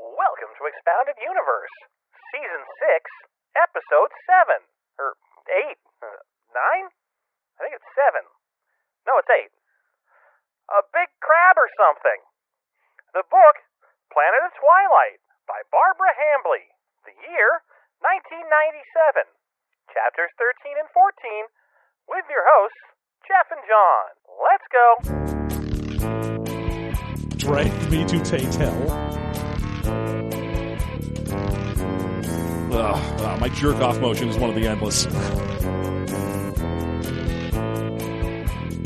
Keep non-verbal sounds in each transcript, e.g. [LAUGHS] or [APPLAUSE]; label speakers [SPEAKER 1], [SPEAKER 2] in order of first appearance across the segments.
[SPEAKER 1] welcome to Expounded Universe, Season 6, Episode 7. Or 8. uh, 9? I think it's 7. No, it's 8. A Big Crab or something. The book, Planet of Twilight, by Barbara Hambly. The year, 1997. Chapters 13 and 14, with your hosts, Jeff and John. Let's go.
[SPEAKER 2] Drag me to Tatel. Ugh, ah, my jerk off motion is one of the endless.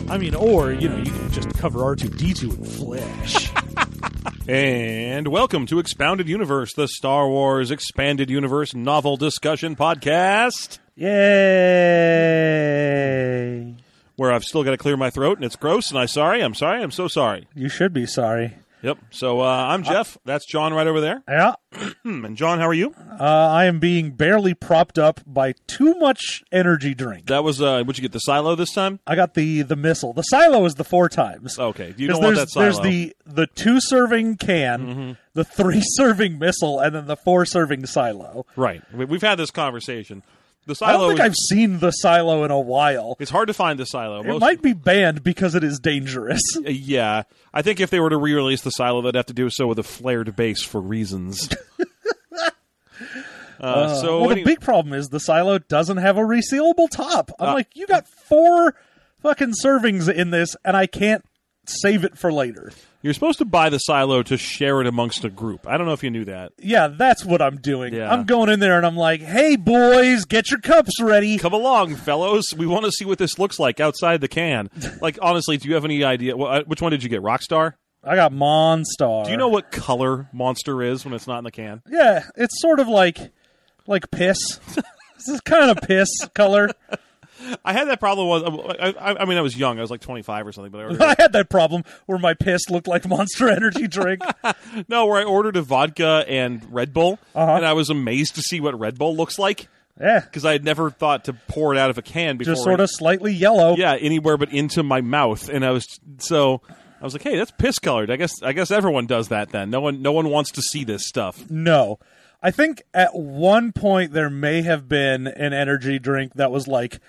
[SPEAKER 2] I mean, or, you know, you can just cover R2D2 in flesh.
[SPEAKER 3] And welcome to Expounded Universe, the Star Wars Expanded Universe novel discussion podcast,
[SPEAKER 4] [LAUGHS] Yay!
[SPEAKER 3] where I've still got to clear my throat and it's gross and I'm sorry, I'm sorry, I'm so sorry.
[SPEAKER 4] You should be sorry.
[SPEAKER 3] Yep. So uh, I'm Jeff. That's John right over there.
[SPEAKER 4] Yeah,
[SPEAKER 3] Hmm, And John, how are you?
[SPEAKER 4] uh, I am being barely propped up by too much energy drink.
[SPEAKER 3] That was, uh, what'd you get, the silo this time?
[SPEAKER 4] I got the the missile. The silo is the four times.
[SPEAKER 3] Okay. You
[SPEAKER 4] 'Cause
[SPEAKER 3] don't want
[SPEAKER 4] there's,
[SPEAKER 3] that silo. Mm-hmm.
[SPEAKER 4] There's the the two serving can, the three [LAUGHS] serving missile, and then the four serving silo.
[SPEAKER 3] Right. We- We've had this conversation. The
[SPEAKER 4] I
[SPEAKER 3] silo
[SPEAKER 4] don't think
[SPEAKER 3] is-
[SPEAKER 4] I've seen the silo in a while.
[SPEAKER 3] it's hard to find the silo.
[SPEAKER 4] It might be banned because it is dangerous.
[SPEAKER 3] Uh, Yeah, I think if they were to re-release the silo, they'd have to do so with a flared base
[SPEAKER 4] [LAUGHS]
[SPEAKER 3] for reasons. uh,
[SPEAKER 4] [LAUGHS]
[SPEAKER 3] so
[SPEAKER 4] well, the
[SPEAKER 3] anyway-
[SPEAKER 4] big problem is the silo doesn't have a resealable top. I'm
[SPEAKER 3] Uh,
[SPEAKER 4] like, you got four fucking servings in this, and I can't save it for later.
[SPEAKER 3] you're supposed to buy the silo to share it amongst a group. I don't know if you knew that.
[SPEAKER 4] Yeah, that's what I'm doing.
[SPEAKER 3] Yeah.
[SPEAKER 4] I'm going in there and I'm like, hey, boys, get your cups ready.
[SPEAKER 3] Come along, fellows. We want to see what this looks like outside the can. Like, honestly, do you have any idea? Well, uh, which one did you get? Rockstar.
[SPEAKER 4] I got Monstar.
[SPEAKER 3] Do you know what color Monster is when it's not in the can?
[SPEAKER 4] Yeah, it's sort of like like
[SPEAKER 3] [LAUGHS]
[SPEAKER 4] piss. this is kind of piss color.
[SPEAKER 3] I had that problem. Was I, I, I mean, I was young. I was like 25 or something. But I
[SPEAKER 4] [LAUGHS]
[SPEAKER 3] ordered
[SPEAKER 4] I had that problem where my piss looked like Monster Energy
[SPEAKER 3] [LAUGHS]
[SPEAKER 4] drink.
[SPEAKER 3] No, where I ordered a vodka and Red Bull,
[SPEAKER 4] Uh-huh.
[SPEAKER 3] and I was amazed to see what Red Bull looks like
[SPEAKER 4] yeah,
[SPEAKER 3] because I had never thought to pour it out of a can before.
[SPEAKER 4] just sort of slightly yellow.
[SPEAKER 3] yeah, anywhere but into my mouth, and I was so I was like, hey, that's piss colored. I guess I guess everyone does that then. No one no one wants to see this stuff.
[SPEAKER 4] No. I think at one point there may have been an energy drink that was like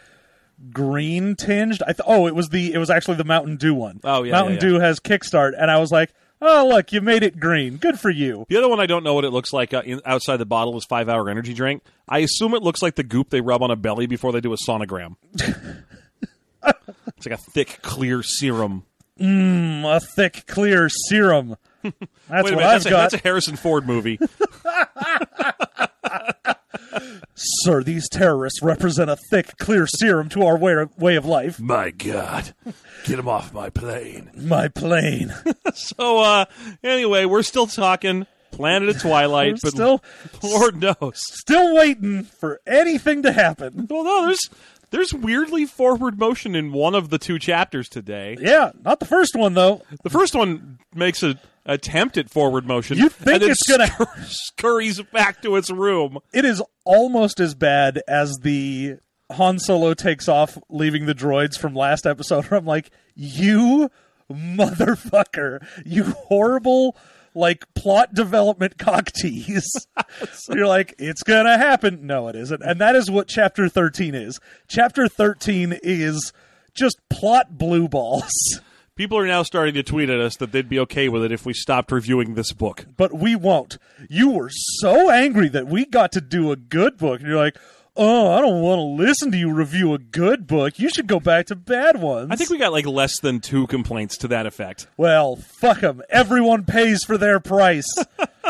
[SPEAKER 4] green tinged. I th- oh, it was the it was actually the Mountain Dew one.
[SPEAKER 3] Oh, yeah,
[SPEAKER 4] Mountain
[SPEAKER 3] yeah, yeah.
[SPEAKER 4] Dew has Kickstart, and I was like, oh look, you made it green. Good for you.
[SPEAKER 3] The other one I don't know what it looks like uh, in, outside the bottle is five hour energy drink. I assume it looks like the goop they rub on a belly before they do a sonogram. it's like a thick, clear serum.
[SPEAKER 4] Mm, a thick clear
[SPEAKER 3] [LAUGHS]
[SPEAKER 4] serum. That's
[SPEAKER 3] Wait a
[SPEAKER 4] what
[SPEAKER 3] minute,
[SPEAKER 4] I've
[SPEAKER 3] that's a,
[SPEAKER 4] got,
[SPEAKER 3] that's a Harrison Ford movie.
[SPEAKER 4] sir. These terrorists represent a thick clear serum to our way, way of life.
[SPEAKER 3] [LAUGHS] My God, get him off my plane.
[SPEAKER 4] My plane.
[SPEAKER 3] So, uh, anyway, we're still talking Planet of Twilight,
[SPEAKER 4] We're
[SPEAKER 3] but
[SPEAKER 4] still
[SPEAKER 3] Lord knows.
[SPEAKER 4] still waiting for anything to happen.
[SPEAKER 3] Well, no, there's there's weirdly forward motion in one of the two chapters today.
[SPEAKER 4] Yeah, not the first one though.
[SPEAKER 3] The first one makes an attempt at forward motion.
[SPEAKER 4] You think
[SPEAKER 3] and then
[SPEAKER 4] it's gonna-
[SPEAKER 3] scur- scurries back to its room.
[SPEAKER 4] it is almost as bad as the Han Solo takes off leaving the droids from last episode. Where I'm like, you motherfucker, you horrible like plot development cock tease. You're like, it's gonna happen. No, it isn't. And that is what chapter thirteen is. Chapter thirteen is just plot blue balls. [LAUGHS]
[SPEAKER 3] People are now starting to tweet at us that they'd be okay with it if we stopped reviewing this book.
[SPEAKER 4] but we won't. You were so angry that we got to do a good book. And you're like, oh, I don't want to listen to you review a good book. You should go back to bad ones.
[SPEAKER 3] I think we got like less than two complaints to that effect.
[SPEAKER 4] Well, fuck them. Everyone pays for their
[SPEAKER 3] [LAUGHS]
[SPEAKER 4] price. [LAUGHS]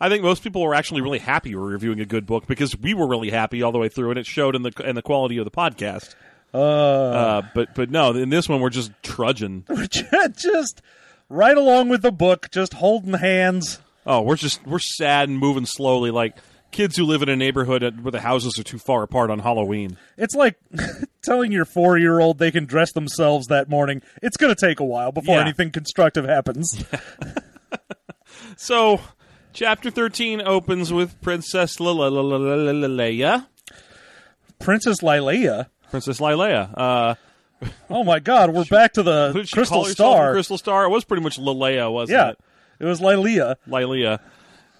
[SPEAKER 3] I think most people were actually really happy we were reviewing a good book because we were really happy all the way through, and it showed in the in the quality of the podcast. Uh, but but no, in this one we're just trudging.
[SPEAKER 4] We're ju- just right along with the book, just holding hands.
[SPEAKER 3] Oh, we're just we're sad and moving slowly, like kids who live in a neighborhood at- where the houses are too far apart on Halloween.
[SPEAKER 4] It's like [LAUGHS] telling your four year old they can dress themselves that morning. It's going to take a while before
[SPEAKER 3] Yeah.
[SPEAKER 4] anything constructive
[SPEAKER 3] [LAUGHS]
[SPEAKER 4] happens.
[SPEAKER 3] So, chapter thirteen opens with Princess Leia,
[SPEAKER 4] Princess Lilia.
[SPEAKER 3] Princess Leia. Uh,
[SPEAKER 4] Oh my God, we're back to the
[SPEAKER 3] who did she
[SPEAKER 4] Crystal
[SPEAKER 3] call herself?
[SPEAKER 4] Star.
[SPEAKER 3] Crystal Star. It was pretty much Leia, wasn't
[SPEAKER 4] yeah,
[SPEAKER 3] it?
[SPEAKER 4] it was Lilia.
[SPEAKER 3] Lilia.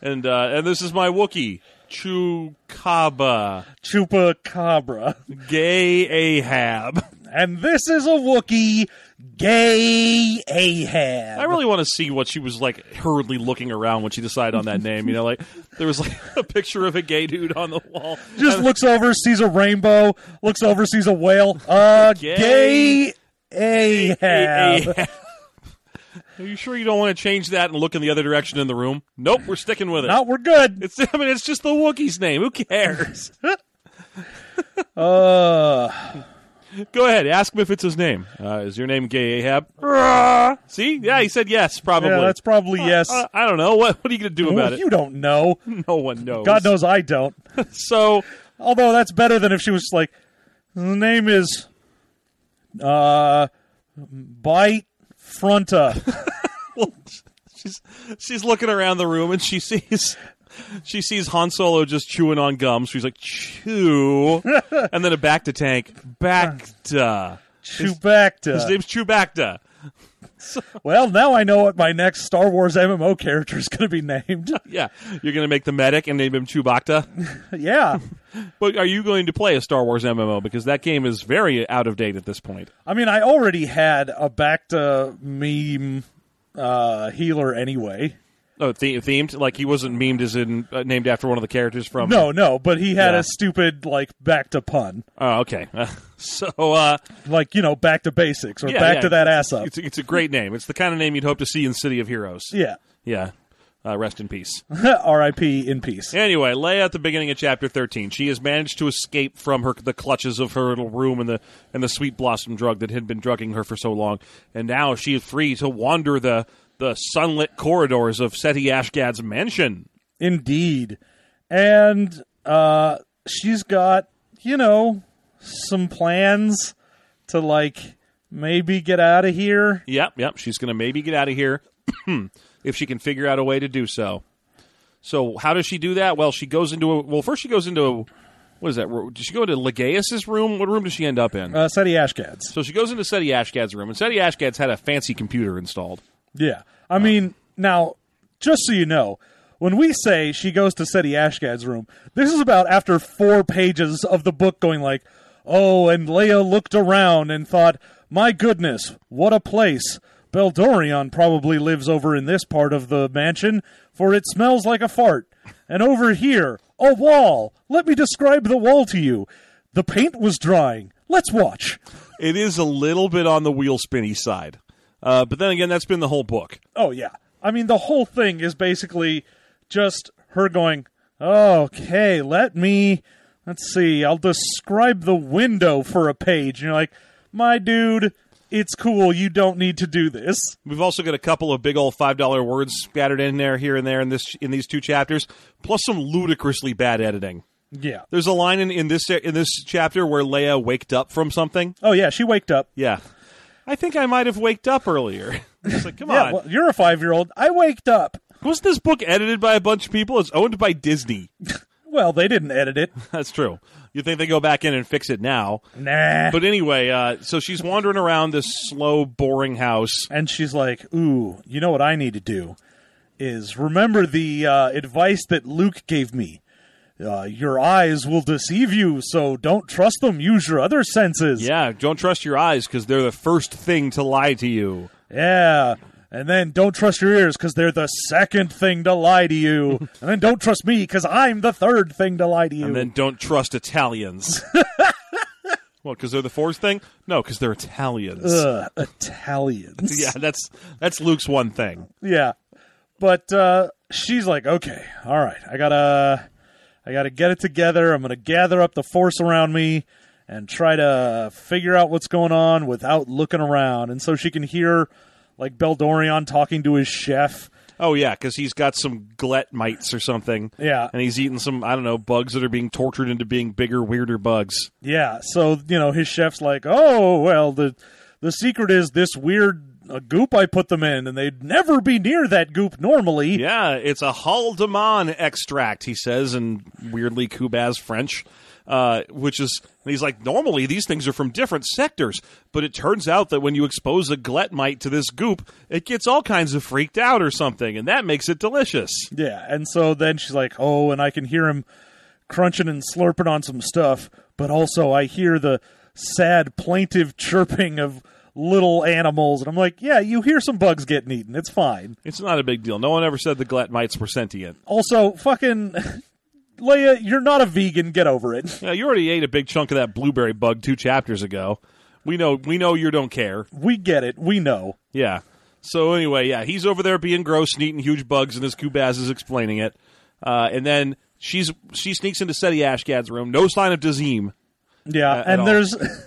[SPEAKER 3] and uh, and this is my Wookiee, Chewbacca,
[SPEAKER 4] Chupacabra.
[SPEAKER 3] gay Ahab. [LAUGHS]
[SPEAKER 4] And this is a Wookiee, gay Ahab.
[SPEAKER 3] I really want to see what she was like hurriedly looking around when she decided
[SPEAKER 4] [LAUGHS]
[SPEAKER 3] on that name. You know, like there was like [LAUGHS] a picture of a gay dude on the wall. [LAUGHS]
[SPEAKER 4] Just looks over, sees a rainbow, looks over, sees a whale. Uh,
[SPEAKER 3] Gay
[SPEAKER 4] gay, Ahab.
[SPEAKER 3] Ahab. [LAUGHS] Are you sure you don't want to change that and look in the other direction in the room? Nope, we're sticking with it.
[SPEAKER 4] Now we're good.
[SPEAKER 3] It's I mean, it's just the Wookiee's name. Who cares?
[SPEAKER 4] Uh,
[SPEAKER 3] Go ahead, ask him if it's his name. Uh, is your name Gay Ahab? See, yeah, he said yes, probably. Uh,
[SPEAKER 4] yeah, that's probably yes.
[SPEAKER 3] I, I don't know. What What are you going to do about
[SPEAKER 4] Well,
[SPEAKER 3] it? Hmm.
[SPEAKER 4] you don't know.
[SPEAKER 3] No one knows.
[SPEAKER 4] God knows I don't.
[SPEAKER 3] So
[SPEAKER 4] Although that's better than if she was just like, the name is, uh, Bite
[SPEAKER 3] [LAUGHS]
[SPEAKER 4] Fronta.
[SPEAKER 3] she's she's looking around the room and she sees she sees Han Solo just chewing on gum. She's like
[SPEAKER 4] [LAUGHS]
[SPEAKER 3] chew, and then a back to tank Bacta. His
[SPEAKER 4] Chewbacca.
[SPEAKER 3] name's Chewbacta.
[SPEAKER 4] Well, now I know what my next Star Wars MMO character is going to be
[SPEAKER 3] [LAUGHS]
[SPEAKER 4] named.
[SPEAKER 3] Yeah, you're gonna make the medic and name him Chewbacca.
[SPEAKER 4] yeah.
[SPEAKER 3] But are you going to play a Star Wars MMO because that game is very out of date at this point?
[SPEAKER 4] I mean, I already had a back to meme uh, healer anyway.
[SPEAKER 3] Oh, the- themed like he wasn't memed as in uh, named after one of the characters from.
[SPEAKER 4] No, no, but he had
[SPEAKER 3] Yeah.
[SPEAKER 4] a stupid like back to pun,
[SPEAKER 3] Oh, okay. [LAUGHS] so uh,
[SPEAKER 4] like you know, back to basics or
[SPEAKER 3] Yeah,
[SPEAKER 4] back
[SPEAKER 3] yeah.
[SPEAKER 4] to that ass up.
[SPEAKER 3] it's it's a great name. It's the kind of name you'd hope to see in City of Heroes.
[SPEAKER 4] Yeah, [LAUGHS]
[SPEAKER 3] Yeah. Uh, rest in peace.
[SPEAKER 4] R.I.P. in peace.
[SPEAKER 3] Anyway, Leia at the beginning of chapter thirteen, she has managed to escape from her the clutches of her little room and the and the sweet blossom drug that had been drugging her for so long, and now she is free to wander the the sunlit corridors of Seti Ashgad's mansion.
[SPEAKER 4] Indeed, and uh, she's got you know some plans to like maybe get out of here.
[SPEAKER 3] Yep, yep. She's going to maybe get out of here [CLEARS THROAT] if she can figure out a way to do so. So how does she do that? Well, she goes into a well. First, she goes into a, what is that? room? Does she go into Legaeus's room? What room does she end up in?
[SPEAKER 4] Uh, Seti Ashgads.
[SPEAKER 3] so she goes into Seti Ashgad's room, and Seti Ashgad's had a fancy computer installed.
[SPEAKER 4] Yeah. I mean, now, just so you know, when we say she goes to Seti Ashgad's room, this is about after four pages of the book going like, oh, and Leia looked around and thought, my goodness, what a place. Beldorion probably lives over in this part of the mansion, for it smells like a fart. And over here, a wall. Let me describe the wall to you. The paint was drying. Let's watch.
[SPEAKER 3] It is a little bit on the wheel spinny side, uh, but then again, that's been the whole book.
[SPEAKER 4] Oh yeah. I mean the whole thing is basically just her going, "Okay, let me let's see. I'll describe the window for a page." And you're like, "My dude, it's cool. You don't need to do this."
[SPEAKER 3] We've also got a couple of big old five dollar words scattered in there, here and there, in this in these two chapters, plus some ludicrously bad editing.
[SPEAKER 4] Yeah.
[SPEAKER 3] There's a line in, in this in this chapter where Leia waked up from something.
[SPEAKER 4] Oh yeah, she waked up.
[SPEAKER 3] Yeah, I think I might have waked up earlier. [LAUGHS] it's like, come
[SPEAKER 4] Yeah,
[SPEAKER 3] on,
[SPEAKER 4] well, you're a 5-year-old. I waked up.
[SPEAKER 3] wasn't this book edited by a bunch of people? It's owned by Disney.
[SPEAKER 4] Well, they didn't edit it.
[SPEAKER 3] [LAUGHS] That's true. You think they go back in and fix it now?
[SPEAKER 4] Nah.
[SPEAKER 3] But anyway, uh, so she's wandering around this slow, boring house.
[SPEAKER 4] and she's like, "Ooh, you know what I need to do is remember the uh, advice that Luke gave me. Uh, your eyes will deceive you, so don't trust them. Use your other senses.
[SPEAKER 3] Yeah, don't trust your eyes because they're the first thing to lie to you.
[SPEAKER 4] Yeah. And then don't trust your ears because they're the second thing to lie to you.
[SPEAKER 3] [LAUGHS]
[SPEAKER 4] and then don't trust me because I'm the third thing to lie to you.
[SPEAKER 3] And then don't trust [LAUGHS] Italians. well, because they're the fourth thing? No, because they're Italians.
[SPEAKER 4] Ugh, Italians.
[SPEAKER 3] [LAUGHS] Yeah, that's that's Luke's one thing.
[SPEAKER 4] Yeah. But uh, she's like, okay, all right, I gotta, I gotta get it together. I'm gonna gather up the force around me and try to figure out what's going on without looking around. And so she can hear like Beldorion talking to his chef.
[SPEAKER 3] Oh yeah, because he's got some glet mites or something.
[SPEAKER 4] Yeah.
[SPEAKER 3] and he's eating some I don't know bugs that are being tortured into being bigger, weirder bugs.
[SPEAKER 4] Yeah. So you know his chef's like, oh well, the the secret is this weird a goop I put them in, and they'd never be near that goop normally.
[SPEAKER 3] Yeah, it's a Haldeman extract, he says in weirdly Kubaz French, uh, which is, and he's like, normally these things are from different sectors, but it turns out that when you expose a glet mite to this goop, it gets all kinds of freaked out or something, and that makes it delicious.
[SPEAKER 4] Yeah, and so then she's like, "Oh," and I can hear him crunching and slurping on some stuff, but also I hear the sad, plaintive chirping of little animals, and I'm like, "Yeah, you hear some bugs getting eaten. It's fine."
[SPEAKER 3] It's not a big deal. No one ever said the glet mites were sentient.
[SPEAKER 4] Also, fucking [LAUGHS] Leia, you're not a vegan. Get over it.
[SPEAKER 3] Yeah, you already ate a big chunk of that blueberry bug two chapters ago. We know, we know you don't care.
[SPEAKER 4] We get it. We know.
[SPEAKER 3] Yeah. So anyway, yeah, he's over there being gross and eating huge bugs, and his Kubaz is explaining it. Uh, and then she's she sneaks into Seti Ashgad's room. No sign of Dazim.
[SPEAKER 4] Yeah,
[SPEAKER 3] Uh, at all.
[SPEAKER 4] and there's [LAUGHS]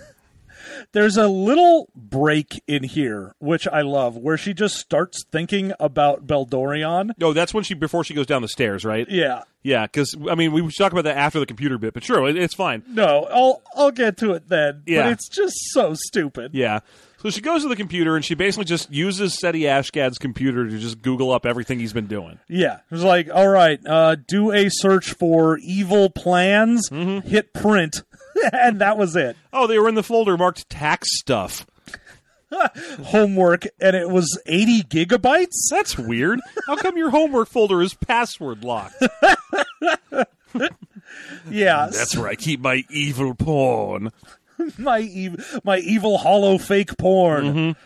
[SPEAKER 4] there's a little break in here which I love where she just starts thinking about Beldorion.
[SPEAKER 3] No, that's when she before she goes down the stairs, right?
[SPEAKER 4] Yeah.
[SPEAKER 3] Yeah, because I mean we should talk about that after the computer bit, but sure, it, it's fine.
[SPEAKER 4] No, I'll I'll get to it then.
[SPEAKER 3] Yeah.
[SPEAKER 4] But it's just so stupid.
[SPEAKER 3] Yeah. So she goes to the computer and she basically just uses Seti Ashgad's computer to just Google up everything he's been doing.
[SPEAKER 4] Yeah. It was like, all right, uh, do a search for evil plans,
[SPEAKER 3] Mm-hmm.
[SPEAKER 4] hit print, [LAUGHS] and that was it.
[SPEAKER 3] Oh, they were in the folder marked tax stuff.
[SPEAKER 4] Homework, and it was 80 gigabytes?
[SPEAKER 3] That's weird. How come your homework folder is password locked?
[SPEAKER 4] Yeah.
[SPEAKER 3] That's where I keep my evil porn.
[SPEAKER 4] [LAUGHS] my, ev- my evil hollow fake
[SPEAKER 3] Mm-hmm.
[SPEAKER 4] porn.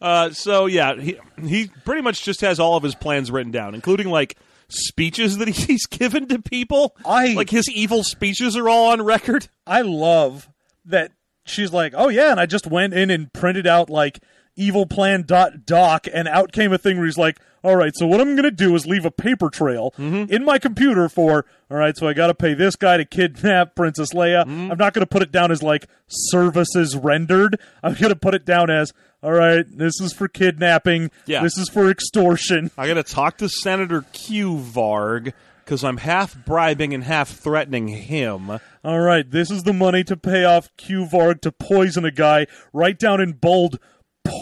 [SPEAKER 3] Uh, so yeah, he he pretty much just has all of his plans written down, including like speeches that [LAUGHS] he's given to people.
[SPEAKER 4] I-
[SPEAKER 3] like his evil speeches are all on record.
[SPEAKER 4] I love that she's like, oh yeah, and I just went in and printed out like evil plan dot doc, and out came a thing where he's like, all right, so what I'm gonna do is leave a paper trail in my computer for, all right, so I gotta pay this guy to kidnap Princess Leia. I'm not gonna put it down as like services rendered. I'm gonna put it down as, all right, this is for kidnapping.
[SPEAKER 3] Yeah.
[SPEAKER 4] This is for extortion.
[SPEAKER 3] I gotta talk to Senator Q Varg because I'm half bribing and half threatening him.
[SPEAKER 4] All right, this is the money to pay off Q Varg to poison a guy. Write down in bold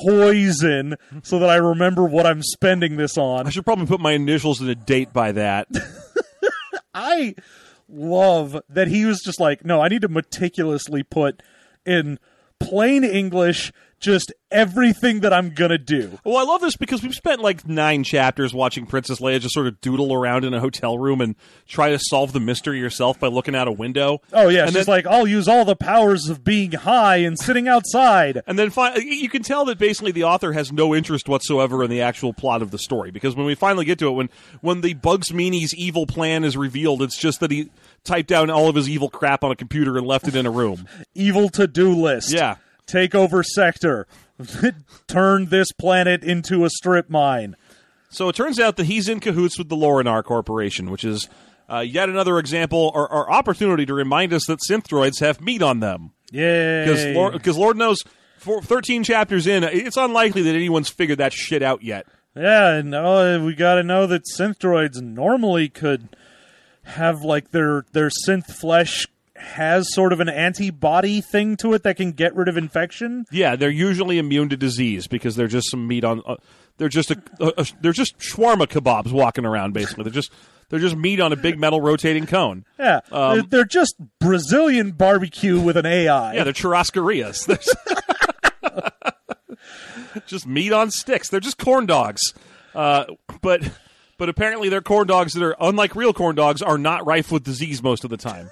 [SPEAKER 4] poison so that I remember what I'm spending this
[SPEAKER 3] I
[SPEAKER 4] on.
[SPEAKER 3] should probably put my initials and a date by that.
[SPEAKER 4] I love that he was just like, no, I need to meticulously put in plain English just everything that I'm going to do.
[SPEAKER 3] Well, I love this because we've spent like nine chapters watching Princess Leia just sort of doodle around in a hotel room and try to solve the mystery yourself by looking out a window.
[SPEAKER 4] Oh yeah,
[SPEAKER 3] and
[SPEAKER 4] she's
[SPEAKER 3] then-
[SPEAKER 4] like, I'll use all the powers of being high and sitting outside.
[SPEAKER 3] And then fi- you can tell that basically the author has no interest whatsoever in the actual plot of the story because when we finally get to it, when when the Bugs Meanie's evil plan is revealed, it's just that he typed down all of his evil crap on a computer and left it in a room.
[SPEAKER 4] evil to do list.
[SPEAKER 3] Yeah.
[SPEAKER 4] Take over sector. [LAUGHS] Turn this planet into a strip mine.
[SPEAKER 3] So it turns out that he's in cahoots with the Lorinar Corporation, which is uh, yet another example or, or opportunity to remind us that synthroids have meat on them. Because
[SPEAKER 4] Yay.
[SPEAKER 3] Lord, knows, for 13 chapters in, it's unlikely that anyone's figured that shit out yet.
[SPEAKER 4] yeah, and oh, we got to know that synthroids normally could have like their their synth flesh has sort of an antibody thing to it that can get rid of infection.
[SPEAKER 3] Yeah, they're usually immune to disease because they're just some meat on. Uh, they're just a, a, a- they're just shawarma kebabs walking around. Basically, they're just they're just meat on a big metal rotating cone.
[SPEAKER 4] Yeah, they're, they're just Brazilian barbecue with an AI.
[SPEAKER 3] Um, Yeah, they're churrascarias. [LAUGHS] There's- just meat on sticks. They're just corn dogs. Uh, but but apparently they're corn dogs that are unlike real corn dogs are not rife with disease most of the time.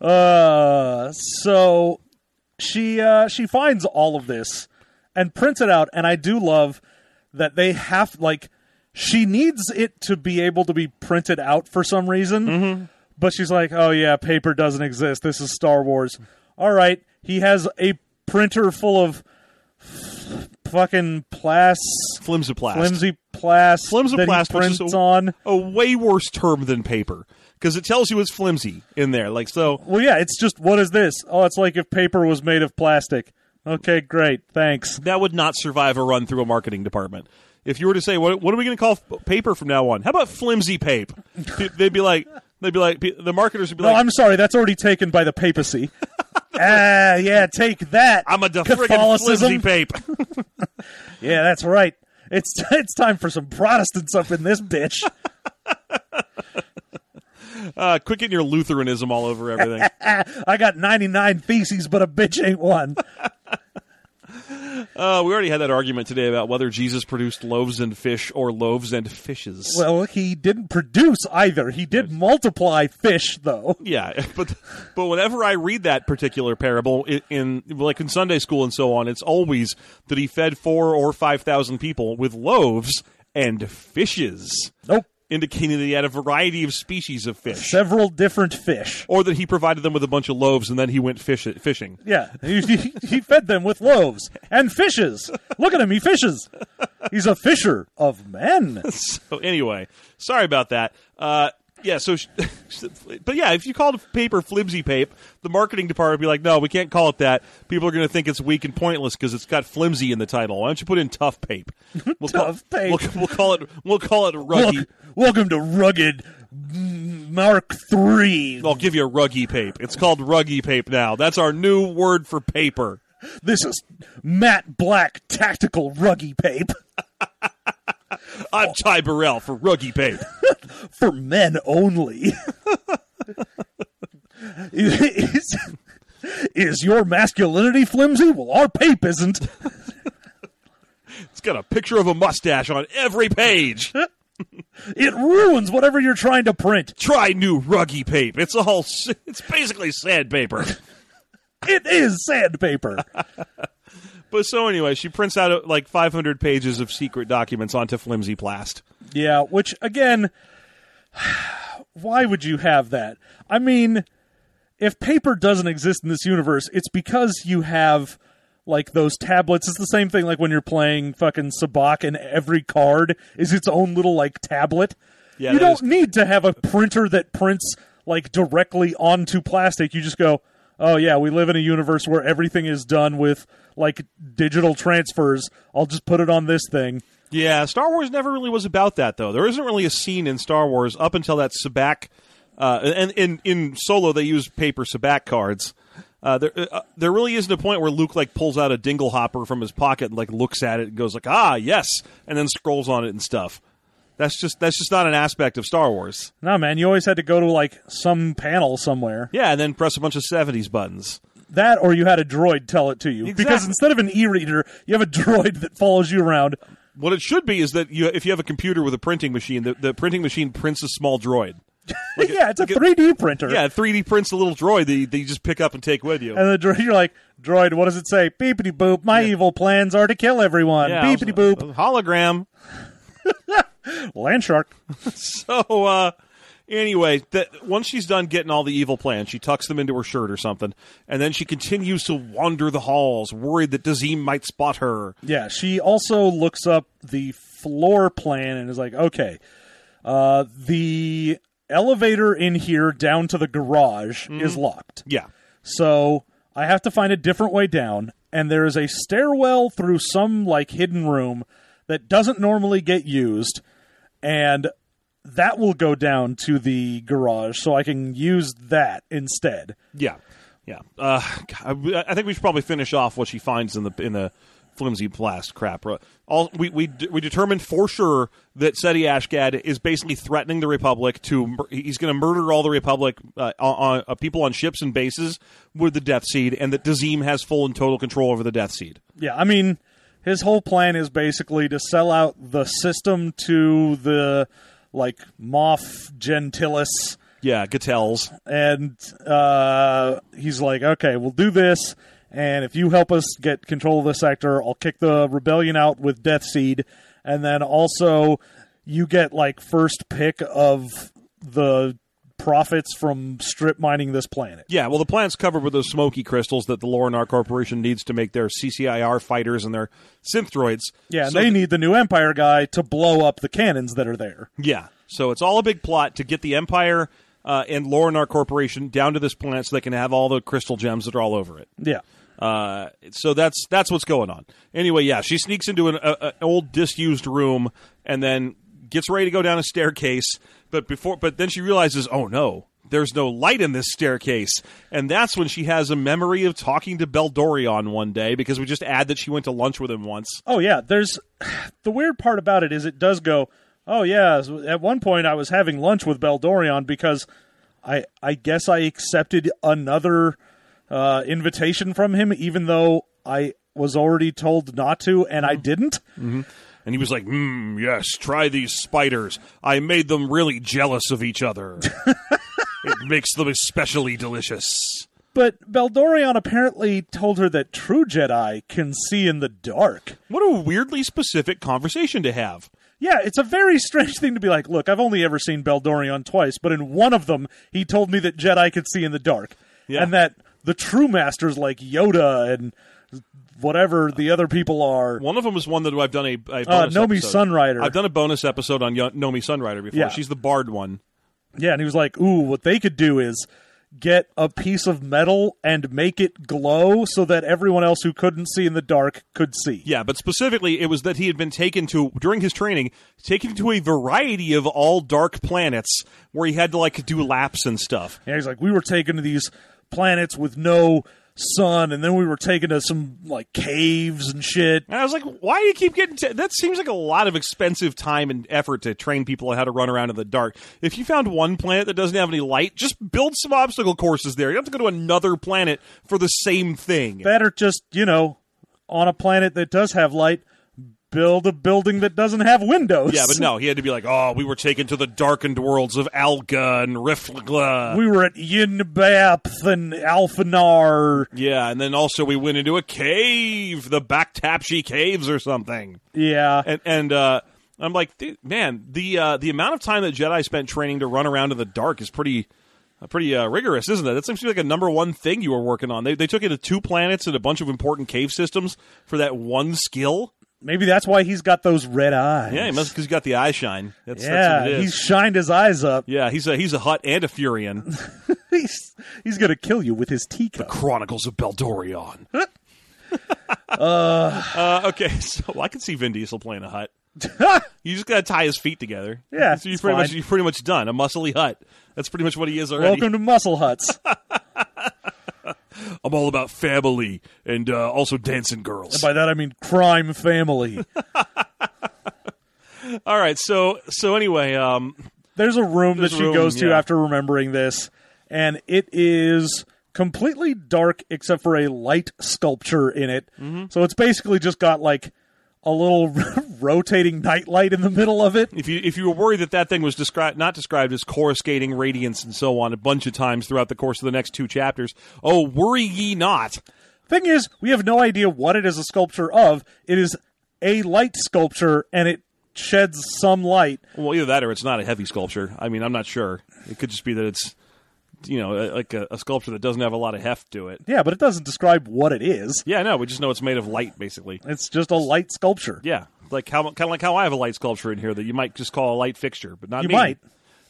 [SPEAKER 4] Uh, so she uh, she finds all of this and prints it out, and I do love that they have like she needs it to be able to be printed out for some reason.
[SPEAKER 3] Mm-hmm.
[SPEAKER 4] But she's like, "Oh yeah, paper doesn't exist. This is Star Wars." All right, he has a printer full of f- fucking plast,
[SPEAKER 3] Flimsoplast.
[SPEAKER 4] flimsy plast, that he
[SPEAKER 3] Flimsoplast, which is
[SPEAKER 4] prints
[SPEAKER 3] a,
[SPEAKER 4] on.
[SPEAKER 3] a way worse term than paper because it tells you it's flimsy in there. Like so,
[SPEAKER 4] Well, yeah, it's just what is this? Oh, it's like if paper was made of plastic. Okay, great, thanks.
[SPEAKER 3] that would not survive a run through a marketing department. If you were to say, "What, what are we going to call f- paper from now on?" How about flimsy pape? Pe- They'd be like, they'd be like, pe- the marketers would be
[SPEAKER 4] No,
[SPEAKER 3] like, [LAUGHS]
[SPEAKER 4] I'm sorry, that's already taken by the papacy. ah, yeah, take that.
[SPEAKER 3] I'm a de- friggin' flimsy
[SPEAKER 4] Catholicism.
[SPEAKER 3] pape. [LAUGHS]
[SPEAKER 4] Yeah, that's right. It's [LAUGHS] it's time for some Protestants up in this bitch.
[SPEAKER 3] Uh, quit getting your Lutheranism all
[SPEAKER 4] [LAUGHS]
[SPEAKER 3] over everything.
[SPEAKER 4] I got 99 feces, but a bitch ain't one.
[SPEAKER 3] Uh, we already had that argument today about whether Jesus produced loaves and fish or loaves and fishes.
[SPEAKER 4] Well, he didn't produce either. He did multiply fish, though.
[SPEAKER 3] yeah, [LAUGHS] but but whenever I read that particular parable in, in like in Sunday school and so on, it's always that he fed four or five thousand people with loaves and fishes,
[SPEAKER 4] Nope.
[SPEAKER 3] indicating that he had a variety of species of fish,
[SPEAKER 4] Several different fish.
[SPEAKER 3] or that he provided them with a bunch of loaves and then he went fish fishing.
[SPEAKER 4] Yeah, he, he, he fed them with loaves and fishes. Look at him, he fishes. He's a fisher of men.
[SPEAKER 3] So anyway, sorry about that. Uh, yeah, so, sh- [LAUGHS] but yeah, if you called a paper flimsy pape, the marketing department would be like, no, we can't call it that. People are going to think it's weak and pointless because it's got flimsy in the title. Why don't you put in
[SPEAKER 4] [LAUGHS]
[SPEAKER 3] tough pape? We'll
[SPEAKER 4] Tough
[SPEAKER 3] call,
[SPEAKER 4] pape.
[SPEAKER 3] We'll, we'll call it. We'll call it ruggy.
[SPEAKER 4] Look, welcome to Rugged Mark Three.
[SPEAKER 3] I'll give you a ruggy pape. It's called ruggy pape now. That's our new word for paper.
[SPEAKER 4] This is Matt Black Tactical Ruggy Pape
[SPEAKER 3] I'm Ty Burrell for ruggy pape.
[SPEAKER 4] for men only. [LAUGHS] is, is your masculinity flimsy? Well, our pape isn't.
[SPEAKER 3] It's got a picture of a mustache on
[SPEAKER 4] [LAUGHS]
[SPEAKER 3] every page.
[SPEAKER 4] It ruins whatever you're trying to print.
[SPEAKER 3] Try new ruggy pape. It's a whole. s- It's basically sandpaper.
[SPEAKER 4] It is sandpaper.
[SPEAKER 3] But so anyway, she prints out uh, like 500 pages of secret documents onto flimsy plast.
[SPEAKER 4] Yeah, which again, [SIGHS] why would you have that? I mean, if paper doesn't exist in this universe, it's because you have like those tablets. It's the same thing like when you're playing fucking Sabak and every card is its own little like tablet.
[SPEAKER 3] Yeah,
[SPEAKER 4] you
[SPEAKER 3] that
[SPEAKER 4] don't
[SPEAKER 3] is-
[SPEAKER 4] need to have a printer that prints like directly onto plastic. You just go, "Oh yeah, we live in a universe where everything is done with like digital transfers. I'll just put it on this thing."
[SPEAKER 3] Yeah, Star Wars never really was about that though. There isn't really a scene in Star Wars up until that Sabak. Uh, and in in Solo, they use paper Sabak cards. Uh, there, uh, there really isn't a point where Luke like pulls out a dingle hopper from his pocket and like looks at it and goes like, ah, yes, and then scrolls on it and stuff. That's just that's just not an aspect of Star Wars.
[SPEAKER 4] No, man, you always had to go to like some panel somewhere.
[SPEAKER 3] Yeah, and then press a bunch of '70s buttons.
[SPEAKER 4] That or you had a droid tell it to you. Because
[SPEAKER 3] Exactly.
[SPEAKER 4] instead of an e reader, you have a [LAUGHS] droid that follows you around.
[SPEAKER 3] What it should be is that you, if you have a computer with a printing machine, the, the printing machine prints a small droid.
[SPEAKER 4] yeah, it's a
[SPEAKER 3] look at-
[SPEAKER 4] 3D printer.
[SPEAKER 3] Yeah, it 3D prints a little droid that you, that you just pick up and take with you.
[SPEAKER 4] And the droid, [LAUGHS] you're like, droid, what does it say? Beepity boop. My evil plans are to kill everyone.
[SPEAKER 3] Yeah,
[SPEAKER 4] Beepity
[SPEAKER 3] also-
[SPEAKER 4] boop.
[SPEAKER 3] Hologram.
[SPEAKER 4] Land shark.
[SPEAKER 3] [LAUGHS] So, uh, anyway, that, once she's done getting all the evil plans, she tucks them into her shirt or something, and then she continues to wander the halls, worried that Dazim might spot her.
[SPEAKER 4] Yeah, she also looks up the floor plan and is like, okay, uh, the elevator in here down to the garage is
[SPEAKER 3] Mm-hmm.
[SPEAKER 4] locked.
[SPEAKER 3] Yeah.
[SPEAKER 4] So I have to find a different way down, and there is a stairwell through some like hidden room that doesn't normally get used, and that will go down to the garage, so I can use that instead.
[SPEAKER 3] Yeah, yeah. Uh, I, I think we should probably finish off what she finds in the in the flimsy blast crap. Uh, All we we d- we determined for sure that Seti Ashgad is basically threatening the Republic to mur- he's going to murder all the Republic uh, on, on uh, people on ships and bases with the Death Seed, and that Dazim has full and total control over the Death Seed.
[SPEAKER 4] Yeah, I mean, his whole plan is basically to sell out the system to the like Moff Gentilis.
[SPEAKER 3] Yeah, Gatels.
[SPEAKER 4] and uh, he's like, "Okay, we'll do this, and if you help us get control of the sector, I'll kick the rebellion out with Death Seed, and then also you get like first pick of the profits from strip mining this planet."
[SPEAKER 3] Yeah, well, the planet's covered with those smoky crystals that the Lorinar Corporation needs to make their CCIR fighters and their synthroids.
[SPEAKER 4] Yeah, and
[SPEAKER 3] So-
[SPEAKER 4] they need the new Empire guy to blow up the cannons that are there.
[SPEAKER 3] Yeah. So it's all a big plot to get the Empire uh, and Lorinar Corporation down to this planet so they can have all the crystal gems that are all over it.
[SPEAKER 4] Yeah.
[SPEAKER 3] Uh, so that's that's what's going on. Anyway, yeah, she sneaks into an a, a- old disused room and then gets ready to go down a staircase, but before but then she realizes, oh no, There's no light in this staircase. And that's when she has a memory of talking to Beldorion one day because we just add that she went to lunch with him once.
[SPEAKER 4] Oh yeah, there's the weird part about it is it does go. Oh yeah, so at one point I was having lunch with Beldorion because I I guess I accepted another uh, invitation from him, even though I was already told not to, and I didn't.
[SPEAKER 3] And he was like, mm, yes, try these spiders. I made them really jealous of each [LAUGHS] other. it makes them especially delicious.
[SPEAKER 4] But Beldorion apparently told her that true Jedi can see in the dark.
[SPEAKER 3] What a weirdly specific conversation to have.
[SPEAKER 4] Yeah, it's a very [LAUGHS] strange thing to be like, look, I've only ever seen Beldorion twice, but in one of them, he told me that Jedi could see in the dark.
[SPEAKER 3] Yeah.
[SPEAKER 4] And that the true masters like Yoda and whatever the other people are.
[SPEAKER 3] One of them is one that I've done a, a bonus
[SPEAKER 4] Uh, Nomi
[SPEAKER 3] episode.
[SPEAKER 4] Sunrider.
[SPEAKER 3] I've done a bonus episode on Yo- Nomi Sunrider before.
[SPEAKER 4] Yeah.
[SPEAKER 3] She's the bard one.
[SPEAKER 4] Yeah, and he was like, ooh, what they could do is get a piece of metal and make it glow so that everyone else who couldn't see in the dark could see.
[SPEAKER 3] Yeah, but specifically, it was that he had been taken to during his training, taken to a variety of all dark planets where he had to like do laps and stuff.
[SPEAKER 4] Yeah, he's like, we were taken to these planets with no sun, and then we were taken to some like caves and shit.
[SPEAKER 3] And I was like, why do you keep getting? T- that seems like a lot of expensive time and effort to train people on how to run around in the dark. If you found one planet that doesn't have any light, just build some obstacle courses there. You don't have to go to another planet for the same thing.
[SPEAKER 4] Better just, you know, on a planet that does have light, build a building that doesn't have windows.
[SPEAKER 3] Yeah, but no, he had to be like, oh, we were taken to the darkened worlds of Alga and Riftgla.
[SPEAKER 4] We were at Yinbapth and Alphanar.
[SPEAKER 3] yeah, and then also we went into a cave, the Bactapshi Caves or something.
[SPEAKER 4] Yeah.
[SPEAKER 3] And and uh, I'm like, "Dude, man, the uh, the amount of time that Jedi spent training to run around in the dark is pretty. uh, Pretty uh, rigorous, isn't it? That seems to be like a number one thing you were working on. They, they took you to two planets and a bunch of important cave systems for that one skill.
[SPEAKER 4] Maybe that's why he's got those red eyes.
[SPEAKER 3] Yeah, he must because he got the eye shine. That's, that's
[SPEAKER 4] Yeah,
[SPEAKER 3] what it is.
[SPEAKER 4] he's shined his eyes up. [LAUGHS]
[SPEAKER 3] yeah, he's a he's a hut and a Furian.
[SPEAKER 4] He's he's gonna kill you with his
[SPEAKER 3] [LAUGHS]
[SPEAKER 4] teacup.
[SPEAKER 3] Chronicles of
[SPEAKER 4] [LAUGHS]
[SPEAKER 3] Beldorion. uh,
[SPEAKER 4] Uh.
[SPEAKER 3] okay, [LAUGHS] so I can see Vin Diesel playing
[SPEAKER 4] [LAUGHS]
[SPEAKER 3] a hut. You just gotta tie his feet together.
[SPEAKER 4] Yeah,
[SPEAKER 3] so you're
[SPEAKER 4] it's
[SPEAKER 3] pretty much
[SPEAKER 4] fine.
[SPEAKER 3] you're pretty much done. A muscly hut. That's pretty much what he is already.
[SPEAKER 4] Welcome to Muscle
[SPEAKER 3] [LAUGHS]
[SPEAKER 4] Huts.
[SPEAKER 3] I'm all about family and uh, also dancing girls.
[SPEAKER 4] By that I mean crime family.
[SPEAKER 3] All right, so so anyway, um,
[SPEAKER 4] There's a room
[SPEAKER 3] There's
[SPEAKER 4] that
[SPEAKER 3] a
[SPEAKER 4] she
[SPEAKER 3] room,
[SPEAKER 4] goes to
[SPEAKER 3] yeah.
[SPEAKER 4] after remembering this, and it is completely dark except for a light sculpture in it.
[SPEAKER 3] Mm-hmm.
[SPEAKER 4] So it's basically just got like a little [LAUGHS] rotating nightlight in the middle of it.
[SPEAKER 3] if you if you were worried that that thing was described not described as coruscating radiance and so on a bunch of times throughout the course of the next two chapters, oh worry ye not.
[SPEAKER 4] Thing is, we have no idea what it is a sculpture of. It is a light sculpture, and it sheds some light.
[SPEAKER 3] Well, either that or it's not a heavy sculpture. I mean, I'm not sure. It could just be that it's, you know, a- like a, a sculpture that doesn't have a lot of heft to it.
[SPEAKER 4] Yeah, but it doesn't describe what it is.
[SPEAKER 3] Yeah, no, we just know it's made of light, basically.
[SPEAKER 4] It's just a light sculpture.
[SPEAKER 3] Yeah, like how kind of like how I have a light sculpture in here that you might just call a light fixture, but not
[SPEAKER 4] You
[SPEAKER 3] me.
[SPEAKER 4] might.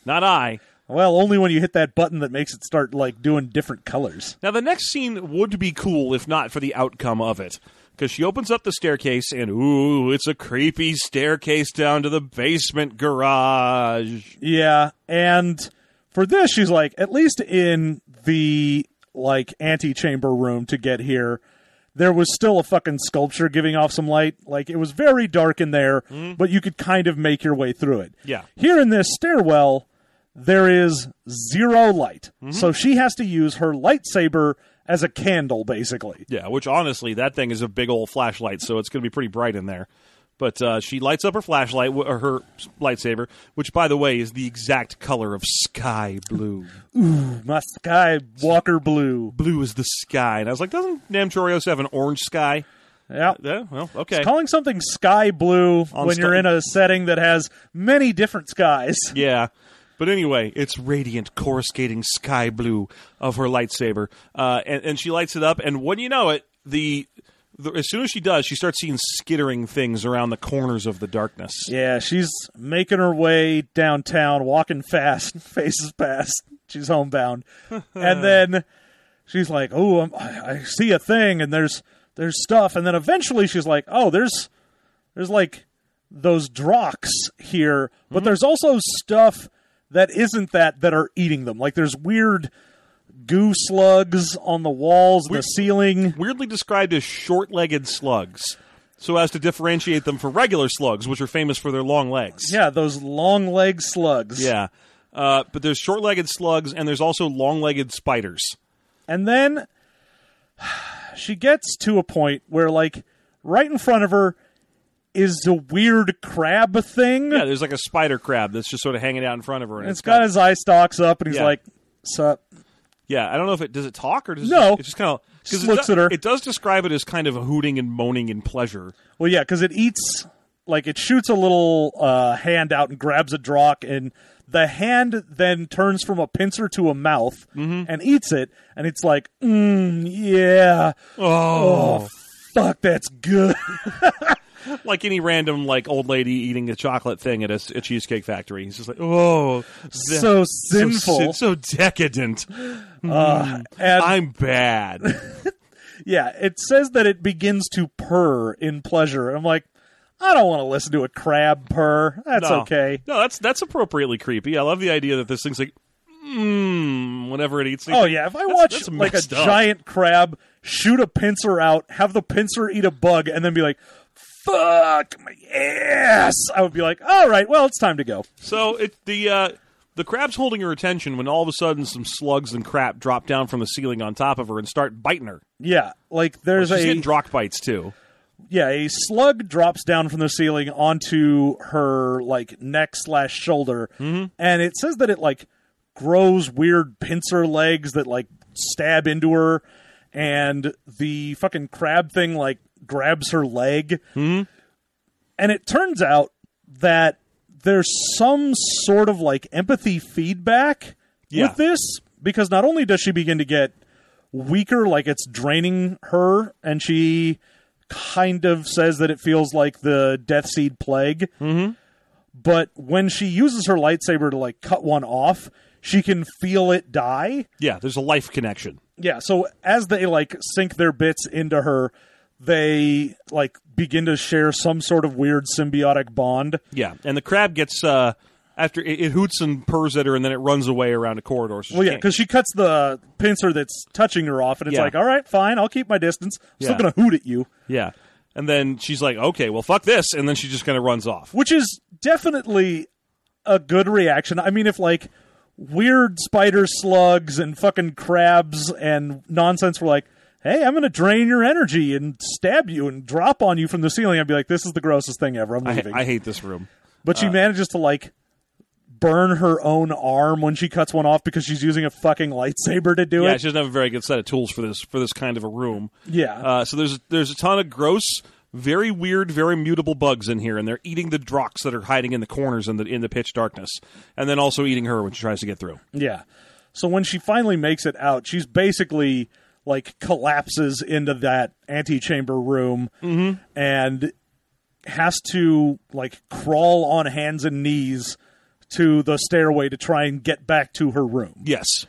[SPEAKER 3] not I.
[SPEAKER 4] Well, only when you hit that button that makes it start like doing different colors.
[SPEAKER 3] Now, the next scene would be cool if not for the outcome of it. Because she opens up the staircase, and ooh, it's a creepy staircase down to the basement garage.
[SPEAKER 4] Yeah, and for this, she's like, at least in the like antechamber room to get here, there was still a fucking sculpture giving off some light. Like it was very dark in there, but you could kind of make your way through it.
[SPEAKER 3] Mm-hmm. Yeah.
[SPEAKER 4] Here in this stairwell, there is zero light,
[SPEAKER 3] Mm-hmm.
[SPEAKER 4] so she has to use her lightsaber as a candle, basically.
[SPEAKER 3] Yeah, which honestly, that thing is a big old flashlight, so it's going to be pretty bright in there. But uh, she lights up her flashlight wh- or her s- lightsaber, which, by the way, is the exact color of sky blue.
[SPEAKER 4] My sky walker blue.
[SPEAKER 3] blue is the sky, and I was like, doesn't Namchorios have an orange sky?
[SPEAKER 4] Yeah.
[SPEAKER 3] Yeah, well, okay.
[SPEAKER 4] Calling something sky blue
[SPEAKER 3] On
[SPEAKER 4] when
[SPEAKER 3] sky-
[SPEAKER 4] you're in a setting that has many different skies.
[SPEAKER 3] Yeah. But anyway, it's radiant, coruscating sky blue of her lightsaber, uh, and, and she lights it up. And when you know it, the, the as soon as she does, she starts seeing skittering things around the corners of the darkness.
[SPEAKER 4] Yeah, she's making her way downtown, walking fast, [LAUGHS] faces past. She's homebound, and then she's like, "Oh, I'm, I I see a thing," and there's there's stuff, and then eventually she's like, "Oh, there's there's like those drocks here, but there's also stuff that isn't that that are eating them. Like there's weird goo slugs on the walls, and the
[SPEAKER 3] Weird- [LAUGHS]
[SPEAKER 4] ceiling.
[SPEAKER 3] weirdly described as short-legged slugs, so as to differentiate them from regular slugs, which are famous for their long legs.
[SPEAKER 4] Yeah, those long leg slugs.
[SPEAKER 3] Yeah. Uh, but there's short-legged slugs, and there's also long-legged spiders.
[SPEAKER 4] And then she gets to a point where, like, right in front of her is the weird crab thing.
[SPEAKER 3] Yeah, there's like a spider crab that's just sort of hanging out in front of her, and
[SPEAKER 4] And it's got his eye stalks up, and he's
[SPEAKER 3] Yeah.
[SPEAKER 4] like, "Sup?"
[SPEAKER 3] yeah. I don't know if it does it talk or does
[SPEAKER 4] No.
[SPEAKER 3] It, it's just kind of
[SPEAKER 4] Just looks at her.
[SPEAKER 3] It does describe it as kind of a hooting and moaning in pleasure.
[SPEAKER 4] Well, yeah, because it eats like it shoots a little uh, hand out and grabs a drock, and the hand then turns from a pincer to a mouth
[SPEAKER 3] Mm-hmm.
[SPEAKER 4] and eats it, and it's like, mm, "Yeah,
[SPEAKER 3] Oh,
[SPEAKER 4] fuck, that's
[SPEAKER 3] [LAUGHS]
[SPEAKER 4] good."
[SPEAKER 3] like any random like old lady eating a chocolate thing at a, s- a cheesecake factory. He's just like, oh, that-
[SPEAKER 4] so
[SPEAKER 3] sin-
[SPEAKER 4] sinful.
[SPEAKER 3] so decadent.
[SPEAKER 4] Uh, and
[SPEAKER 3] I'm
[SPEAKER 4] [LAUGHS]
[SPEAKER 3] bad.
[SPEAKER 4] yeah, it says that it begins to purr in pleasure. I'm like, I don't want to listen to a crab purr. That's
[SPEAKER 3] No.
[SPEAKER 4] okay.
[SPEAKER 3] No, that's that's appropriately creepy. I love the idea that this thing's like, mmm, whenever it eats.
[SPEAKER 4] Oh yeah, if I
[SPEAKER 3] That's-
[SPEAKER 4] watch
[SPEAKER 3] that's
[SPEAKER 4] like a
[SPEAKER 3] messed up.
[SPEAKER 4] giant crab shoot a pincer out, have the pincer eat a bug, and then be like, "Fuck my ass," I would be like, "All right, well, it's time to go."
[SPEAKER 3] So it the uh, the crab's holding her attention when all of a sudden some slugs and crap drop down from the ceiling on top of her and start biting her.
[SPEAKER 4] Yeah, like there's
[SPEAKER 3] She's
[SPEAKER 4] a
[SPEAKER 3] getting drock bites too.
[SPEAKER 4] yeah a slug drops down from the ceiling onto her like neck slash shoulder, and it says that it like grows weird pincer legs that like stab into her, and the fucking crab thing like grabs her leg. And it turns out that there's some sort of like empathy feedback
[SPEAKER 3] Yeah.
[SPEAKER 4] with this because not only does she begin to get weaker, like it's draining her, and she kind of says that it feels like the Death Seed plague.
[SPEAKER 3] Mm-hmm.
[SPEAKER 4] But when she uses her lightsaber to like cut one off, she can feel it die.
[SPEAKER 3] Yeah, there's a life connection.
[SPEAKER 4] Yeah, so as they like sink their bits into her, they like begin to share some sort of weird symbiotic bond.
[SPEAKER 3] Yeah, and the crab gets uh, after it, it hoots and purrs at her, and then it runs away around a corridor. So she
[SPEAKER 4] Well, yeah,
[SPEAKER 3] can't-
[SPEAKER 4] because she cuts the pincer that's touching her off, and it's
[SPEAKER 3] Yeah.
[SPEAKER 4] like, all right, fine, I'll keep my distance. I'm still
[SPEAKER 3] Yeah.
[SPEAKER 4] gonna hoot at you,
[SPEAKER 3] yeah, and then she's like, okay, well, fuck this, and then she just kind of runs off.
[SPEAKER 4] which is definitely a good reaction. I mean, if like weird spider slugs and fucking crabs and nonsense were like, hey, I'm gonna drain your energy and stab you and drop on you from the ceiling, I'd be like, this is the grossest thing ever. I'm
[SPEAKER 3] I,
[SPEAKER 4] leaving.
[SPEAKER 3] I uh. hate this room.
[SPEAKER 4] but she manages to like burn her own arm when she cuts one off because she's using a fucking lightsaber to do
[SPEAKER 3] Yeah,
[SPEAKER 4] it.
[SPEAKER 3] she doesn't have a very good set of tools for this for this kind of a room.
[SPEAKER 4] Yeah.
[SPEAKER 3] Uh, so there's there's a ton of gross, very weird, very mutable bugs in here, and they're eating the drocks that are hiding in the corners in the in the pitch darkness, and then also eating her when she tries to get through.
[SPEAKER 4] yeah. So when she finally makes it out, she's basically like collapses into that antechamber room and has to like crawl on hands and knees to the stairway to try and get back to her room.
[SPEAKER 3] Yes.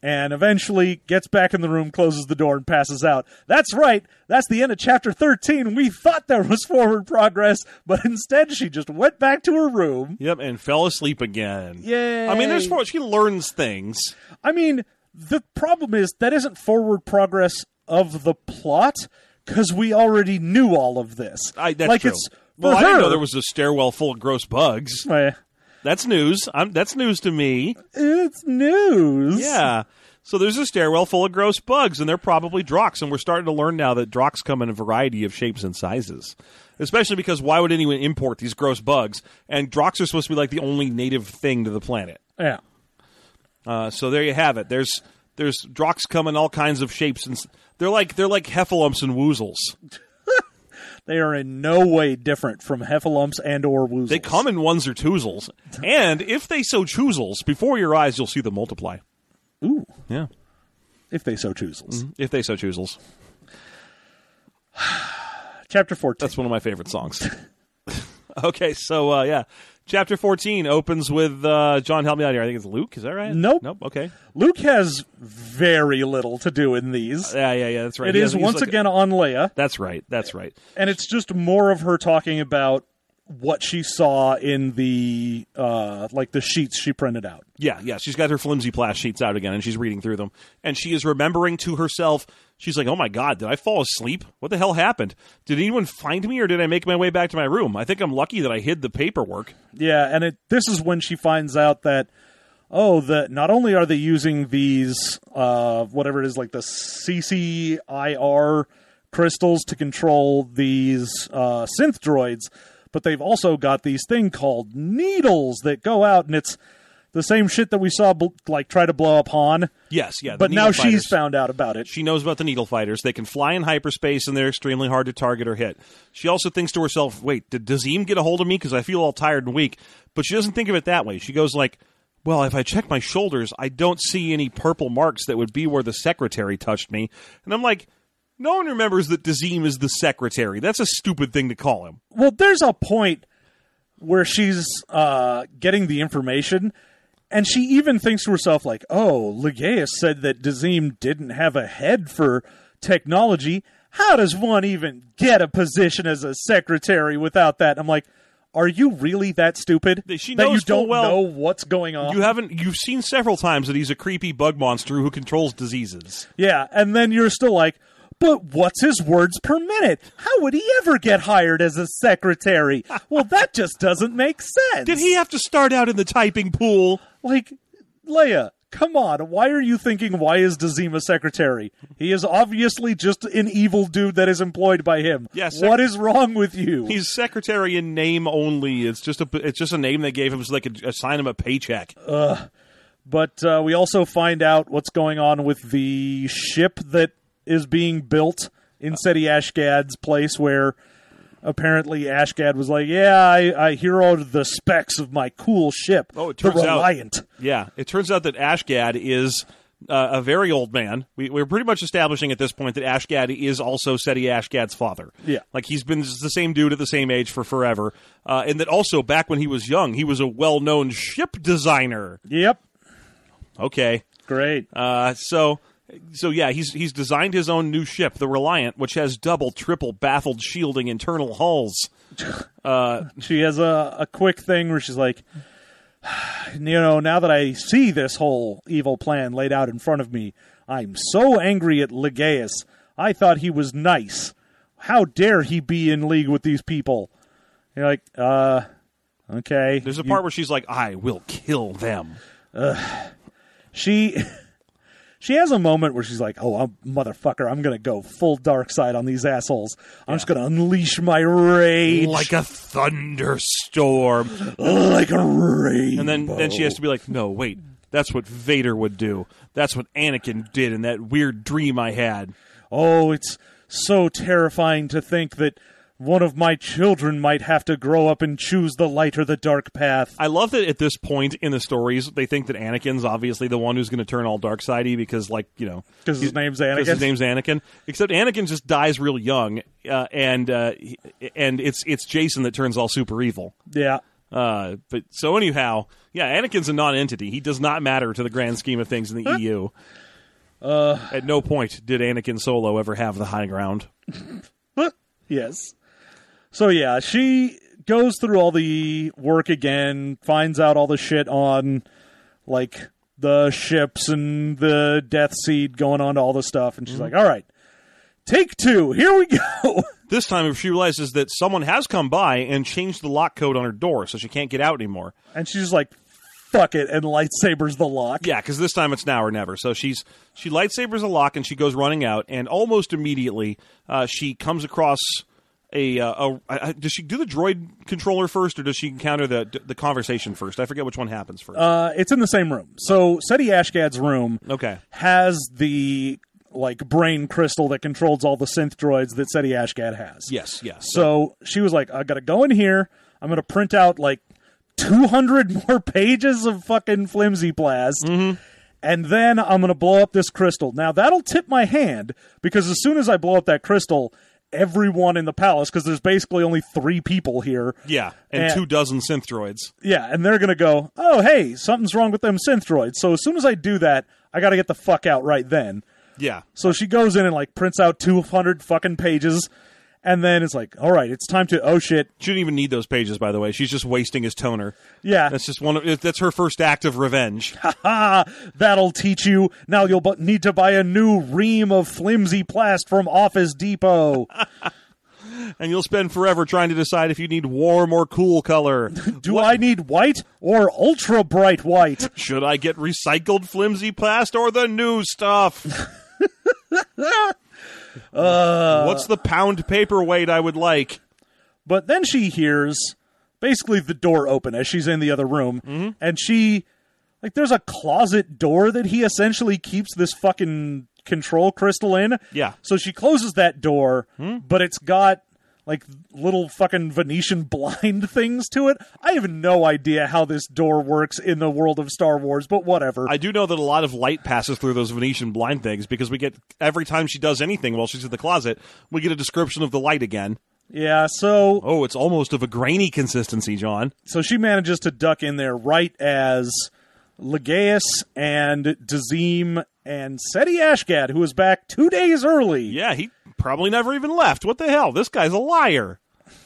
[SPEAKER 4] And eventually gets back in the room, closes the door, and passes out. That's right. That's the end of chapter 13. We thought there was forward progress, but instead she just went back to her room.
[SPEAKER 3] Yep, and fell asleep again.
[SPEAKER 4] Yay.
[SPEAKER 3] I mean, there's more. She learns things.
[SPEAKER 4] I mean, the problem is that isn't forward progress of the plot because we already knew all of this.
[SPEAKER 3] I, that's
[SPEAKER 4] like
[SPEAKER 3] true.
[SPEAKER 4] it's
[SPEAKER 3] well,
[SPEAKER 4] for
[SPEAKER 3] I didn't
[SPEAKER 4] her-
[SPEAKER 3] know there was a stairwell full of gross bugs.
[SPEAKER 4] Eh,
[SPEAKER 3] That's news. I'm, that's news to me.
[SPEAKER 4] It's news.
[SPEAKER 3] Yeah. So there's a stairwell full of gross bugs, and they're probably drocks. And we're starting to learn now that drocks come in a variety of shapes and sizes. Especially because why would anyone import these gross bugs? And drocks are supposed to be like the only native thing to the planet.
[SPEAKER 4] yeah.
[SPEAKER 3] Uh, so there you have it. There's there's drocks come in all kinds of shapes, and s- they're like they're like heffalumps and woozles.
[SPEAKER 4] They are in no way different from heffalumps and or woozles.
[SPEAKER 3] They come in ones or twosles, and if they so choosels, before your eyes you'll see them multiply.
[SPEAKER 4] Ooh,
[SPEAKER 3] Yeah,
[SPEAKER 4] if they so choosels.
[SPEAKER 3] if they so choosels. Mm-hmm.
[SPEAKER 4] Chapter fourteen.
[SPEAKER 3] That's one of my favorite
[SPEAKER 4] [LAUGHS]
[SPEAKER 3] songs. okay, so uh, yeah, chapter fourteen opens with uh, John. Help me out here. I think it's Luke. Is that right?
[SPEAKER 4] Nope.
[SPEAKER 3] Nope. Okay.
[SPEAKER 4] Luke has very little to do in these.
[SPEAKER 3] Yeah, yeah, Uh, yeah. That's right.
[SPEAKER 4] it
[SPEAKER 3] He
[SPEAKER 4] is
[SPEAKER 3] has- he's
[SPEAKER 4] once
[SPEAKER 3] like-
[SPEAKER 4] again on Leia,
[SPEAKER 3] That's right. That's right.
[SPEAKER 4] and it's just more of her talking about what she saw in the uh, like the sheets she printed out.
[SPEAKER 3] Yeah, yeah. She's got her flimsy plast sheets out again, and she's reading through them, and she is remembering to herself. She's like, "Oh my god, did I fall asleep? What the hell happened? Did anyone find me, or did I make my way back to my room? I think I'm lucky that I hid the paperwork."
[SPEAKER 4] Yeah, and it this is when she finds out that oh, that not only are they using these uh, whatever it is like the CCIR crystals to control these uh, synth droids, but they've also got these thing called needles that go out, and it's the same shit that we saw bl- like try to blow up Han.
[SPEAKER 3] Yes, yeah. the
[SPEAKER 4] But
[SPEAKER 3] needle
[SPEAKER 4] now
[SPEAKER 3] fighters.
[SPEAKER 4] she's found out about it.
[SPEAKER 3] She knows about the needle fighters. They can fly in hyperspace, and they're extremely hard to target or hit. She also thinks to herself, "Wait, did Dazim get a hold of me? Because I feel all tired and weak." But she doesn't think of it that way. She goes like, "Well, if I check my shoulders, I don't see any purple marks that would be where the secretary touched me." And I'm like, "No one remembers that Dazim is the secretary. That's a stupid thing to call him."
[SPEAKER 4] Well, there's a point where she's uh, getting the information, and she even thinks to herself, like, oh, Legaeus said that Dazim didn't have a head for technology. How does one even get a position as a secretary without that? I'm like, are you really that stupid
[SPEAKER 3] She
[SPEAKER 4] that you
[SPEAKER 3] knows full
[SPEAKER 4] don't
[SPEAKER 3] well-
[SPEAKER 4] know what's going on?
[SPEAKER 3] You haven't. You've seen several times that he's a creepy bug monster who controls diseases.
[SPEAKER 4] yeah, and then you're still like, but what's his words per minute? How would he ever get hired as a
[SPEAKER 3] [LAUGHS]
[SPEAKER 4] secretary? well, that just doesn't make sense.
[SPEAKER 3] Did he have to start out in the typing pool?
[SPEAKER 4] Like, Leia, come on. Why are you thinking, why is Dazima secretary? He is obviously just an evil dude that is employed by him.
[SPEAKER 3] Yeah, sec-
[SPEAKER 4] what is wrong with you?
[SPEAKER 3] He's secretary in name only. It's just a it's just a name they gave him so they could assign him a paycheck.
[SPEAKER 4] but uh, we also find out what's going on with the ship that is being built in Seti Ashgad's place where apparently Ashgad was like, yeah, I, I heroed the specs of my cool ship.
[SPEAKER 3] Oh, it
[SPEAKER 4] the
[SPEAKER 3] turns out-
[SPEAKER 4] Reliant.
[SPEAKER 3] yeah, it turns out that Ashgad is uh, a very old man. We, we're pretty much establishing at this point that Ashgad is also Seti Ashgad's father.
[SPEAKER 4] Yeah.
[SPEAKER 3] like he's been just the same dude at the same age for forever, uh, and that also back when he was young, he was a well known ship designer.
[SPEAKER 4] Yep.
[SPEAKER 3] Okay,
[SPEAKER 4] Great.
[SPEAKER 3] Uh, so so yeah, he's he's designed his own new ship, the Reliant, which has double, triple baffled shielding internal hulls.
[SPEAKER 4] she has a, a quick thing where she's like, you know, now that I see this whole evil plan laid out in front of me, I'm so angry at Legaeus. I thought he was nice. How dare he be in league with these people? You're like, uh, okay.
[SPEAKER 3] There's a
[SPEAKER 4] You-
[SPEAKER 3] part where she's like, "I will kill them."
[SPEAKER 4] she [LAUGHS] she has a moment where she's like, "Oh, I'm, motherfucker, I'm gonna go full dark side on these assholes. I'm just gonna unleash my rage
[SPEAKER 3] like a thunderstorm.
[SPEAKER 4] like a rage."
[SPEAKER 3] And then then she has to be like, "No, wait. That's what Vader would do. That's what Anakin did in that weird dream I had."
[SPEAKER 4] Oh, it's so terrifying to think that one of my children might have to grow up and choose the light or the dark path.
[SPEAKER 3] I love that at this point in the stories, they think that Anakin's obviously the one who's going to turn all dark sidey because, like, you know,
[SPEAKER 4] 'Cause his
[SPEAKER 3] he-
[SPEAKER 4] name's
[SPEAKER 3] 'cause
[SPEAKER 4] Anakin.
[SPEAKER 3] His name's Anakin. Except Anakin just dies real young, uh, and uh, he- and it's it's Jason that turns all super evil.
[SPEAKER 4] Yeah.
[SPEAKER 3] Uh, but so anyhow, yeah, Anakin's a non-entity. He does not matter to the grand scheme of things in the EU. At no point did Anakin Solo ever have the high ground.
[SPEAKER 4] Huh. yes. So yeah, she goes through all the work again, finds out all the shit on like the ships and the death seed going on to all the stuff and she's like,
[SPEAKER 3] Mm-hmm.
[SPEAKER 4] "All right. Take 2. Here we go." [LAUGHS]
[SPEAKER 3] This time, she realizes that someone has come by and changed the lock code on her door, so she can't get out anymore.
[SPEAKER 4] and she's like, "Fuck it." And lightsabers the lock.
[SPEAKER 3] Yeah, because this time it's now or never. So she's she lightsabers a lock and she goes running out, and almost immediately uh, she comes across a, uh, a, I- I- Does she do the droid controller first, or does she encounter the the conversation first? I forget which one happens first.
[SPEAKER 4] Uh, it's in the same room. So Seti Ashgad's room
[SPEAKER 3] Okay.
[SPEAKER 4] has the like brain crystal that controls all the synth droids that Seti Ashgad has.
[SPEAKER 3] yes, yes.
[SPEAKER 4] So she was like, I gotta go in here. I'm gonna print out like 200 [LAUGHS] more pages of fucking flimsy blast. And then I'm going to blow up this crystal. Now, that'll tip my hand because as soon as I blow up that crystal, everyone in the palace, because there's basically only three people here,
[SPEAKER 3] yeah, and,
[SPEAKER 4] and-
[SPEAKER 3] two dozen synth droids.
[SPEAKER 4] yeah, and they're going to go, oh, hey, something's wrong with them synthroids. So as soon as I do that, I got to get the fuck out right then.
[SPEAKER 3] Yeah,
[SPEAKER 4] So she goes in and, like, prints out 200 fucking pages, and then it's like, all right, it's time to oh shit,
[SPEAKER 3] She didn't even need those pages, by the way. She's just wasting his toner.
[SPEAKER 4] yeah,
[SPEAKER 3] That's just one. Of, that's her first act of revenge.
[SPEAKER 4] ah, that'll teach you. Now you'll bu- need to buy a new ream of flimsy plast from Office Depot.
[SPEAKER 3] and you'll spend forever trying to decide if you need warm or cool color.
[SPEAKER 4] Do I need white or ultra bright white?
[SPEAKER 3] Should I get recycled flimsy plast or the new stuff? [LAUGHS] What's the pound paperweight I would like?
[SPEAKER 4] But then she hears basically the door open as she's in the other room,
[SPEAKER 3] Mm-hmm.
[SPEAKER 4] and she like there's a closet door that he essentially keeps this fucking control crystal in.
[SPEAKER 3] Yeah. Hmm?
[SPEAKER 4] So she closes that door, but it's got like little fucking Venetian [LAUGHS] blind things to it. I have no idea how this door works in the world of Star Wars, but whatever.
[SPEAKER 3] I do know that a lot of light passes through those Venetian blind things because we get every time she does anything while she's in the closet, we get a description of the light again.
[SPEAKER 4] yeah, so
[SPEAKER 3] Oh, it's almost of a grainy consistency, John.
[SPEAKER 4] so she manages to duck in there right as Legaeus and Dazim and Seti Ashgad, who was back two days early.
[SPEAKER 3] Yeah, he probably never even left. What the hell? This guy's a liar.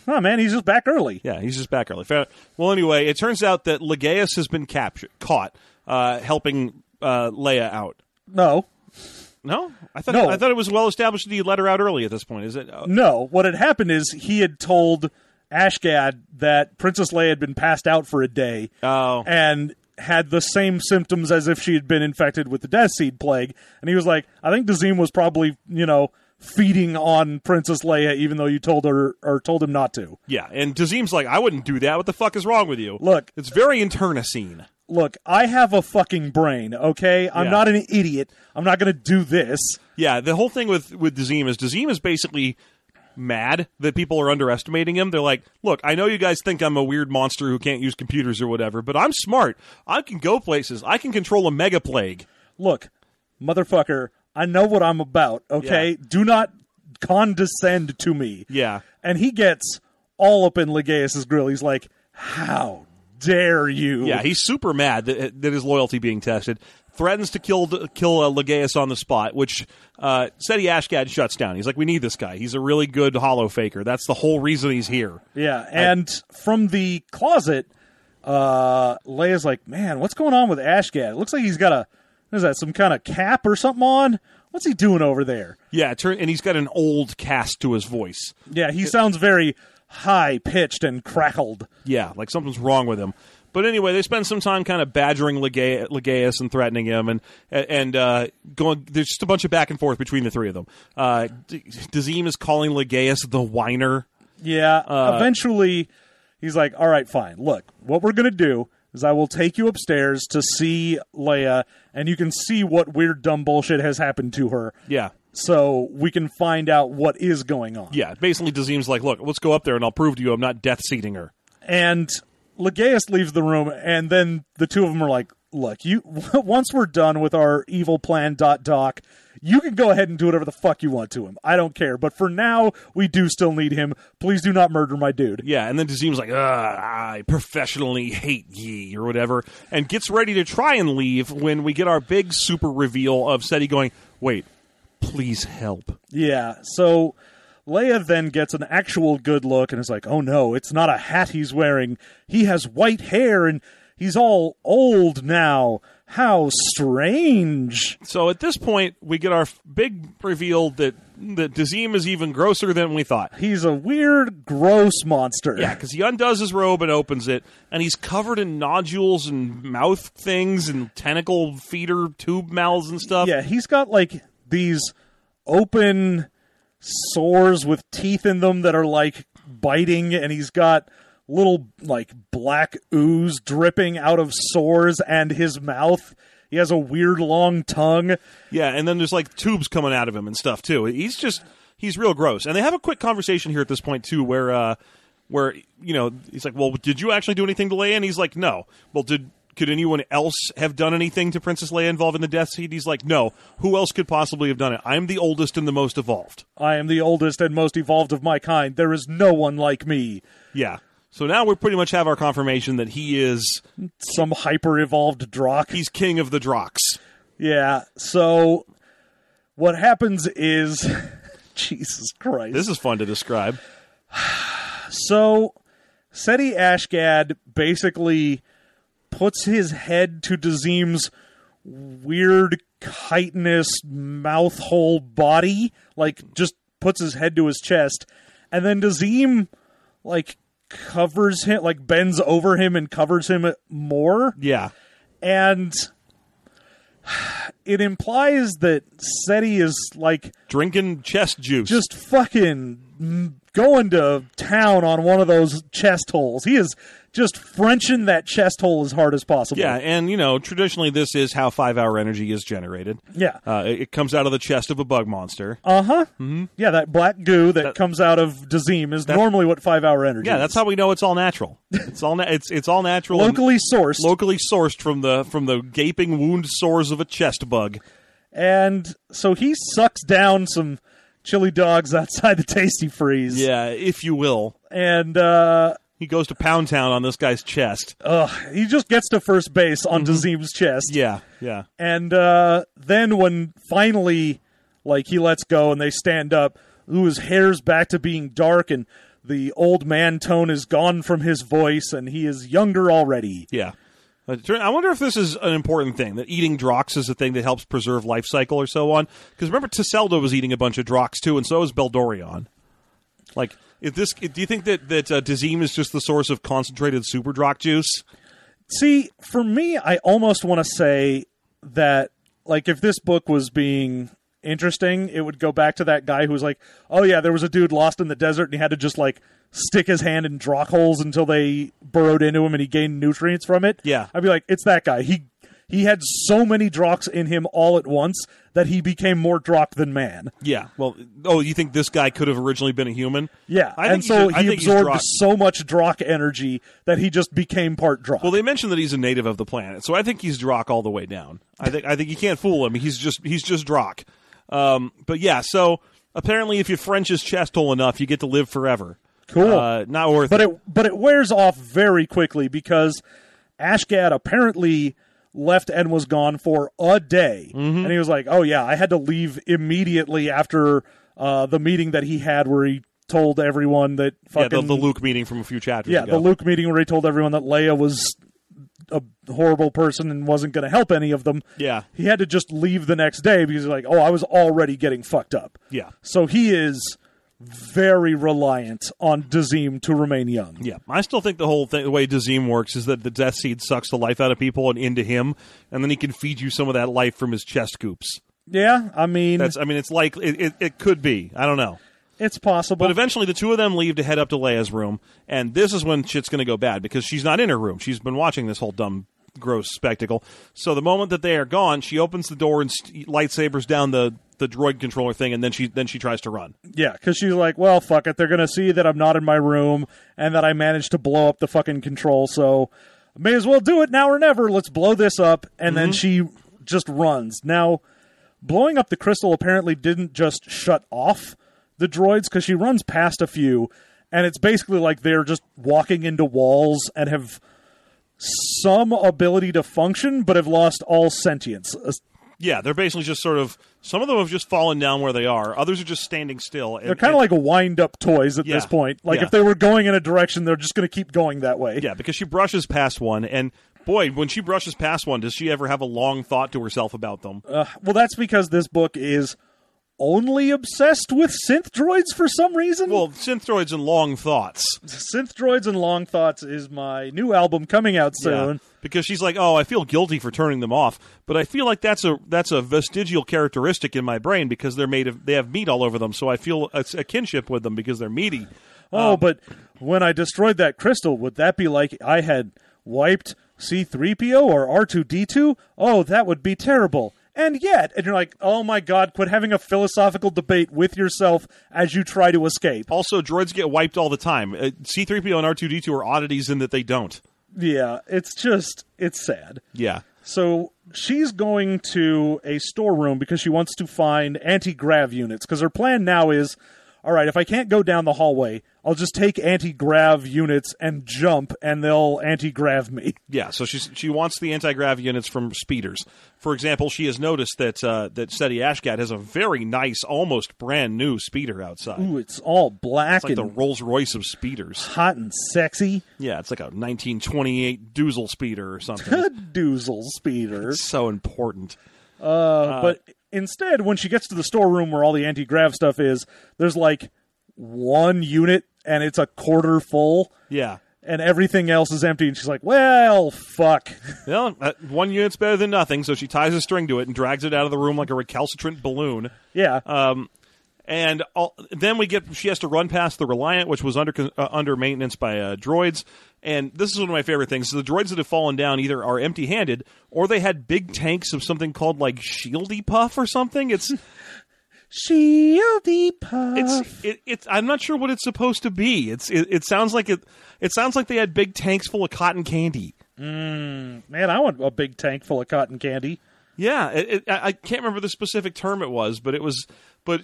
[SPEAKER 4] Oh man, he's just back early.
[SPEAKER 3] Yeah, he's just back early. Fair- Well, anyway, it turns out that Legaeus has been captured, caught, uh, helping uh, Leia out.
[SPEAKER 4] No,
[SPEAKER 3] No, I thought
[SPEAKER 4] No.
[SPEAKER 3] I thought it was well established that he let her out early. At this point, is it? Uh,
[SPEAKER 4] no. What had happened is he had told Ashgad that Princess Leia had been passed out for a day
[SPEAKER 3] Oh.
[SPEAKER 4] and had the same symptoms as if she had been infected with the Death Seed plague. And he was like, I think Dazim was probably, you know, feeding on Princess Leia, even though you told her or told him not to.
[SPEAKER 3] yeah, and Tazim's like, I wouldn't do that. What the fuck is wrong with you?
[SPEAKER 4] Look.
[SPEAKER 3] it's very internecine.
[SPEAKER 4] Look, I have a fucking brain, okay? I'm
[SPEAKER 3] Yeah.
[SPEAKER 4] not an idiot. I'm not going to do this.
[SPEAKER 3] Yeah, the whole thing with with Dazim is Dazim is basically mad that people are underestimating him. They're like, "Look, I know you guys think I'm a weird monster who can't use computers or whatever, but I'm smart. I can go places. I can control a mega plague."
[SPEAKER 4] look, motherfucker, I know what I'm about, okay?
[SPEAKER 3] Yeah.
[SPEAKER 4] Do not condescend to me.
[SPEAKER 3] Yeah.
[SPEAKER 4] And he gets all up in Legaeus's grill. He's like, how dare you?
[SPEAKER 3] Yeah, he's super mad that, that his loyalty being tested. Threatens to kill kill uh, Legaeus on the spot, which uh, Seti Ashgad shuts down. He's like, "We need this guy. He's a really good hollow faker. That's the whole reason he's here."
[SPEAKER 4] Yeah, and from the closet, uh, Leia's like, "Man, what's going on with Ashgad? It looks like he's got a what is that? Some kind of cap or something on? What's he doing over there?
[SPEAKER 3] Yeah, turn, and he's got an old cast to his voice.
[SPEAKER 4] Yeah, he sounds very high pitched and crackled.
[SPEAKER 3] Yeah, like something's wrong with him. But anyway, they spend some time kind of badgering Lega- Legaeus and threatening him, and and uh, going. There's just a bunch of back and forth between the three of them. Uh, D- Dazim is calling Legaeus the whiner.
[SPEAKER 4] Yeah. eventually, he's like, "All right, fine. Look, what we're gonna do is I will take you upstairs to see Leia, and you can see what weird dumb bullshit has happened to her.
[SPEAKER 3] Yeah,
[SPEAKER 4] So we can find out what is going on."
[SPEAKER 3] Yeah, basically, Dazim's like, look, let's go up there and I'll prove to you I'm not death seating her.
[SPEAKER 4] And Legaeus leaves the room, and then the two of them are like, "Look, you. [LAUGHS] once we're done with our evil plan, dot doc." You can go ahead and do whatever the fuck you want to him. I don't care. But for now, we do still need him. Please do not murder my dude.
[SPEAKER 3] Yeah, and then Dazim's like, Ugh, I professionally hate ye or whatever, and gets ready to try and leave when we get our big super reveal of Seti going, wait, please help.
[SPEAKER 4] Yeah. So Leia then gets an actual good look and is like, "Oh no, it's not a hat he's wearing. He has white hair and he's all old now. How strange."
[SPEAKER 3] So at this point, we get our f- big reveal that, that Dazim is even grosser than we thought.
[SPEAKER 4] He's a weird, gross monster.
[SPEAKER 3] Yeah, because he undoes his robe and opens it, and he's covered in nodules and mouth things and tentacle feeder tube mouths and stuff.
[SPEAKER 4] Yeah, he's got like these open sores with teeth in them that are like biting, and he's got little like black ooze dripping out of sores and his mouth. He has a weird long tongue.
[SPEAKER 3] Yeah, and then there's like tubes coming out of him and stuff too. He's just he's real gross. And they have a quick conversation here at this point too, where uh where you know he's like, "Well, did you actually do anything to Leia?" And he's like, "No." Well, did could anyone else have done anything to Princess Leia involved in the Death Seed? He's like, "No. Who else could possibly have done it? I'm the oldest and the most evolved."
[SPEAKER 4] I am the oldest and most evolved of my kind. There is no one like me.
[SPEAKER 3] Yeah. So now we pretty much have our confirmation that he is
[SPEAKER 4] Some hyper evolved Drock.
[SPEAKER 3] he's king of the Drox.
[SPEAKER 4] Yeah. So what happens is [LAUGHS] Jesus Christ.
[SPEAKER 3] This is fun to describe.
[SPEAKER 4] So, Seti Ashgad basically puts his head to Dazim's weird chitinous mouth hole body, like just puts his head to his chest, and then Dazim like covers him, like bends over him and covers him more,
[SPEAKER 3] Yeah.
[SPEAKER 4] and [SIGHS] it implies that Seti is like
[SPEAKER 3] Drinking chest juice.
[SPEAKER 4] just fucking going to town on one of those chest holes. He is just Frenching that chest hole as hard as possible.
[SPEAKER 3] yeah, and you know, traditionally this is how five hour energy is generated.
[SPEAKER 4] Yeah.
[SPEAKER 3] Uh, it, it comes out of the chest of a bug monster.
[SPEAKER 4] Uh huh. Mm-hmm. Yeah, that black goo that, comes out of Dazim is normally what five hour energy.
[SPEAKER 3] yeah,
[SPEAKER 4] is.
[SPEAKER 3] that's how we know it's all natural. It's all na- it's it's all natural. and-
[SPEAKER 4] locally sourced.
[SPEAKER 3] locally sourced from the from the gaping wound sores of a chest bug.
[SPEAKER 4] and so he sucks down some chili dogs outside the Tasty Freeze.
[SPEAKER 3] Yeah, if you will.
[SPEAKER 4] and uh,
[SPEAKER 3] He goes to Pound Town on this guy's chest.
[SPEAKER 4] Oh. ugh, he just gets to first base on Dazim's chest.
[SPEAKER 3] Mm-hmm. Yeah, yeah.
[SPEAKER 4] And uh, then when finally, like he lets go and they stand up, Lou's hair's back to being dark and the old man tone is gone from his voice and he is younger already.
[SPEAKER 3] Yeah. Uh, turn- I wonder if this is an important thing that eating drox is a thing that helps preserve life cycle or so on. Because remember, Tiselda was eating a bunch of drox too, and so was Beldorion. Like, if this, do you think that that uh, Dizim is just the source of concentrated super drox juice?
[SPEAKER 4] See, for me, I almost want to say that, like, if this book was being interesting, it would go back to that guy who was like, oh, yeah, there was a dude lost in the desert and he had to just, like, stick his hand in rock holes until they burrowed into him and he gained nutrients from it.
[SPEAKER 3] Yeah.
[SPEAKER 4] I'd be like, it's that guy. He. He had so many Drox in him all at once that he became more Drock than man.
[SPEAKER 3] Yeah. Well, oh, you think this guy could have originally been a human?
[SPEAKER 4] Yeah,
[SPEAKER 3] I
[SPEAKER 4] and
[SPEAKER 3] think he's
[SPEAKER 4] so
[SPEAKER 3] a- I
[SPEAKER 4] he
[SPEAKER 3] think he's
[SPEAKER 4] absorbed
[SPEAKER 3] Drock.
[SPEAKER 4] so much Drock energy that he just became part Drock.
[SPEAKER 3] Well, they mentioned that he's a native of the planet, so I think he's Drock all the way down. I think I think you can't fool him. He's just he's just Drock. Um, but yeah, so apparently, if you French his chest hole enough, you get to live forever.
[SPEAKER 4] Cool.
[SPEAKER 3] Uh, not worth
[SPEAKER 4] but
[SPEAKER 3] it.
[SPEAKER 4] it but it wears off very quickly because Ashgad apparently left and was gone for a day,
[SPEAKER 3] Mm-hmm.
[SPEAKER 4] and he was like, "Oh yeah, I had to leave immediately after uh, the meeting that he had where he told everyone that
[SPEAKER 3] yeah,
[SPEAKER 4] fucking
[SPEAKER 3] the, the Luke meeting from a few chapters
[SPEAKER 4] yeah
[SPEAKER 3] ago.
[SPEAKER 4] the Luke meeting where he told everyone that Leia was a horrible person and wasn't going to help any of them.
[SPEAKER 3] Yeah.
[SPEAKER 4] he had to just leave the next day because like, oh, I was already getting fucked up.
[SPEAKER 3] Yeah.
[SPEAKER 4] so he is." Very reliant on Dazim to remain young.
[SPEAKER 3] Yeah, I still think the whole thing, the way Dazim works is that the Death Seed sucks the life out of people and into him, and then he can feed you some of that life from his chest goops.
[SPEAKER 4] Yeah, I mean,
[SPEAKER 3] That's, I mean, it's like it, it, it could be. I don't know.
[SPEAKER 4] it's possible.
[SPEAKER 3] But eventually, the two of them leave to head up to Leia's room, and this is when shit's going to go bad because she's not in her room. She's been watching this whole dumb, gross spectacle. So the moment that they are gone, she opens the door and st- lightsabers down the, the droid controller thing, and then she then she tries to run.
[SPEAKER 4] yeah, because she's like, well, fuck it. They're going to see that I'm not in my room and that I managed to blow up the fucking control. So may as well do it now or never. Let's blow this up. And then she
[SPEAKER 3] Mm-hmm.
[SPEAKER 4] just runs. Now, blowing up the crystal apparently didn't just shut off the droids because she runs past a few. And it's basically like they're just walking into walls and have some ability to function, but have lost all sentience. Uh,
[SPEAKER 3] Yeah, they're basically just sort of some of them have just fallen down where they are. Others are just standing still. And,
[SPEAKER 4] They're kind of like wind up toys at
[SPEAKER 3] Yeah.
[SPEAKER 4] this point. Like
[SPEAKER 3] Yeah.
[SPEAKER 4] if they were going in a direction, they're just going to keep going that way.
[SPEAKER 3] yeah, because she brushes past one, and boy, when she brushes past one, does she ever have a long thought to herself about them?
[SPEAKER 4] Uh, well, that's because this book is only obsessed with synth droids for some reason.
[SPEAKER 3] well, synthroids and long thoughts.
[SPEAKER 4] synth droids and long thoughts is my new album coming out
[SPEAKER 3] Yeah, Um,
[SPEAKER 4] soon.
[SPEAKER 3] because she's like, "Oh, I feel guilty for turning them off, but I feel like that's a that's a vestigial characteristic in my brain because they're made of they have meat all over them, so I feel a, a kinship with them because they're meaty."
[SPEAKER 4] Oh, but when I destroyed that crystal, would that be like I had wiped C3PO or R2D2? Oh, that would be terrible. And yet, and you're like, oh my god, quit having a philosophical debate with yourself as you try to escape.
[SPEAKER 3] Also, droids get wiped all the time. Uh, C-3PO and R2D2 are oddities in that they don't.
[SPEAKER 4] Yeah, it's just it's sad.
[SPEAKER 3] Yeah.
[SPEAKER 4] So she's going to a storeroom because she wants to find anti-grav units because her plan now is all right, if I can't go down the hallway, I'll just take anti grav units and jump, and they'll anti grav me. [LAUGHS]
[SPEAKER 3] Yeah, so she's, she wants the anti grav units from speeders. For example, she has noticed that uh, that Seti Ashgat has a very nice, almost brand new speeder outside.
[SPEAKER 4] Ooh, it's all black
[SPEAKER 3] it's like the
[SPEAKER 4] and
[SPEAKER 3] Rolls Royce of speeders.
[SPEAKER 4] hot and sexy.
[SPEAKER 3] Yeah, it's like a 1928 Doozle speeder or something.
[SPEAKER 4] Doozle speeder.
[SPEAKER 3] it's so important.
[SPEAKER 4] Uh, but instead, when she gets to the storeroom where all the anti grav stuff is, there's like one unit and it's a quarter full,
[SPEAKER 3] Yeah.
[SPEAKER 4] and everything else is empty. And she's like, well, fuck. [LAUGHS]
[SPEAKER 3] Well, uh, one unit's better than nothing, so she ties a string to it and drags it out of the room like a recalcitrant balloon.
[SPEAKER 4] yeah.
[SPEAKER 3] Um, and all, then we get she has to run past the Reliant, which was under con- uh, under maintenance by uh, droids. And this is one of my favorite things: the droids that have fallen down either are empty-handed or they had big tanks of something called like Shieldy Puff or something. [LAUGHS] It's
[SPEAKER 4] Shieldy puff.
[SPEAKER 3] it's it, it's I'm not sure what it's supposed to be. It's it, it sounds like it it sounds like they had big tanks full of cotton candy.
[SPEAKER 4] Man, I want a big tank full of cotton candy.
[SPEAKER 3] Yeah, it, it, I I can't remember the specific term it was, but it was, but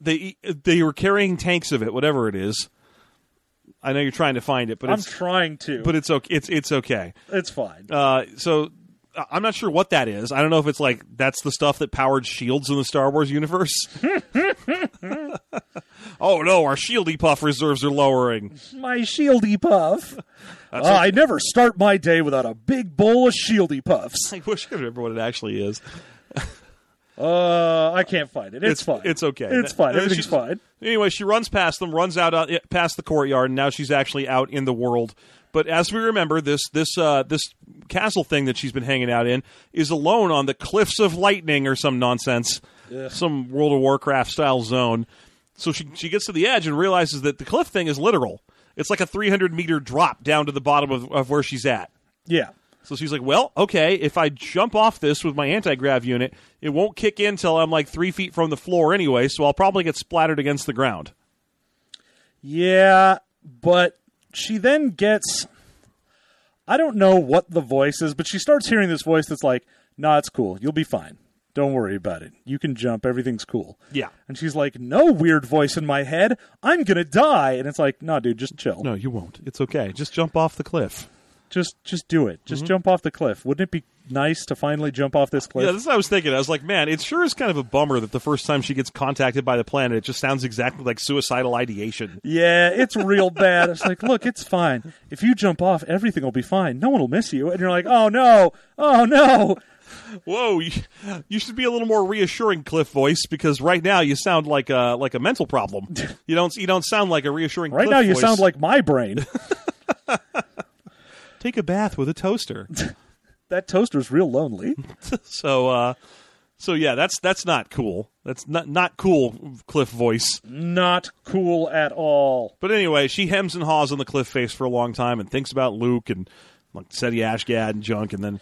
[SPEAKER 3] they they were carrying tanks of it, whatever it is. I know you're trying to find it, but
[SPEAKER 4] I'm
[SPEAKER 3] it's
[SPEAKER 4] trying to,
[SPEAKER 3] but
[SPEAKER 4] but
[SPEAKER 3] it's okay. It's it's okay.
[SPEAKER 4] it's fine.
[SPEAKER 3] Uh, so I- I'm not sure what that is. I don't know if it's like that's the stuff that powered shields in the Star Wars universe. [LAUGHS] oh no, our shieldy puff reserves are lowering. [LAUGHS]
[SPEAKER 4] my shieldy puff. Ah, I never start my day without a big bowl of shieldy puffs.
[SPEAKER 3] I wish I could remember what it actually is.
[SPEAKER 4] Uh, I can't find it. It's, fine.
[SPEAKER 3] It's okay.
[SPEAKER 4] It's fine.
[SPEAKER 3] And then
[SPEAKER 4] Everything's
[SPEAKER 3] she-
[SPEAKER 4] fine.
[SPEAKER 3] Anyway, she runs past them, runs out uh, past the courtyard, and now she's actually out in the world. But as we remember, this this uh, this castle thing that she's been hanging out in is alone on the cliffs of lightning or some nonsense, some World of Warcraft style zone. So she she gets to the edge and realizes that the cliff thing is literal. It's like a 300 meter drop down to the bottom of, of where she's at.
[SPEAKER 4] Yeah.
[SPEAKER 3] So she's like, well, okay, if I jump off this with my anti grav unit, it won't kick in till I'm like three feet from the floor anyway, so I'll probably get splattered against the ground.
[SPEAKER 4] Yeah, but she then gets I don't know what the voice is, but she starts hearing this voice that's like, "Nah, it's cool. You'll be fine. Don't worry about it. You can jump. Everything's cool."
[SPEAKER 3] Yeah.
[SPEAKER 4] And she's like, "No weird voice in my head. I'm going to die." And it's like, "No, dude, just chill.
[SPEAKER 3] No, you won't. It's okay. Just jump off the cliff.
[SPEAKER 4] Just just do it.
[SPEAKER 3] Mm-hmm.
[SPEAKER 4] Just jump off the cliff. Wouldn't it be nice to finally jump off
[SPEAKER 3] [LAUGHS]
[SPEAKER 4] this cliff?"
[SPEAKER 3] Yeah, that's what I was thinking. I was like, man, it sure is kind of a bummer that the first time she gets contacted by the planet, it just sounds exactly like suicidal ideation.
[SPEAKER 4] Yeah, it's real bad. It's like, look, it's fine. If you jump off, everything will be fine. No one will miss you. And you're like, oh no, oh no.
[SPEAKER 3] Whoa, you, you should be a little more reassuring, Cliff voice, because right now you sound like a like a mental [LAUGHS] problem. You don't you don't sound like a reassuring.
[SPEAKER 4] Right
[SPEAKER 3] Cliff
[SPEAKER 4] now, you
[SPEAKER 3] voice.
[SPEAKER 4] sound like my
[SPEAKER 3] [LAUGHS]
[SPEAKER 4] brain.
[SPEAKER 3] take a bath with a toaster.
[SPEAKER 4] that toaster's real lonely.
[SPEAKER 3] So uh so yeah, that's that's not cool. That's not not cool cliff voice.
[SPEAKER 4] Not cool at all.
[SPEAKER 3] But anyway, she hems and haws on the cliff face for a long time and thinks about Luke and like Seti Ashgad and junk and then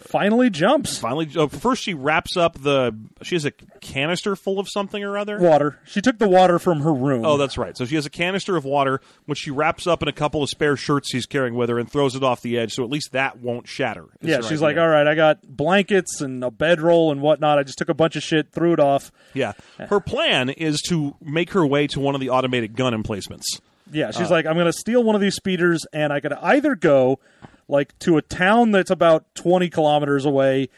[SPEAKER 4] Finally jumps.
[SPEAKER 3] finally oh, first she wraps up the she has a canister full of something or other.
[SPEAKER 4] Water. She took the water from her room.
[SPEAKER 3] Oh, that's right. So she has a canister of water which she wraps up in a couple of spare shirts she's carrying with her and throws it off the edge so at least that won't shatter. is
[SPEAKER 4] yeah,
[SPEAKER 3] her
[SPEAKER 4] she's
[SPEAKER 3] idea.
[SPEAKER 4] like, all right, I got blankets and a bedroll and whatnot. I just took a bunch of shit, threw it off.
[SPEAKER 3] Yeah. Her plan is to make her way to one of the automated gun emplacements.
[SPEAKER 4] Yeah,
[SPEAKER 3] Ah.
[SPEAKER 4] she's like, I'm going to steal one of these speeders, and I could either go like to a town that's about 20 kilometers away,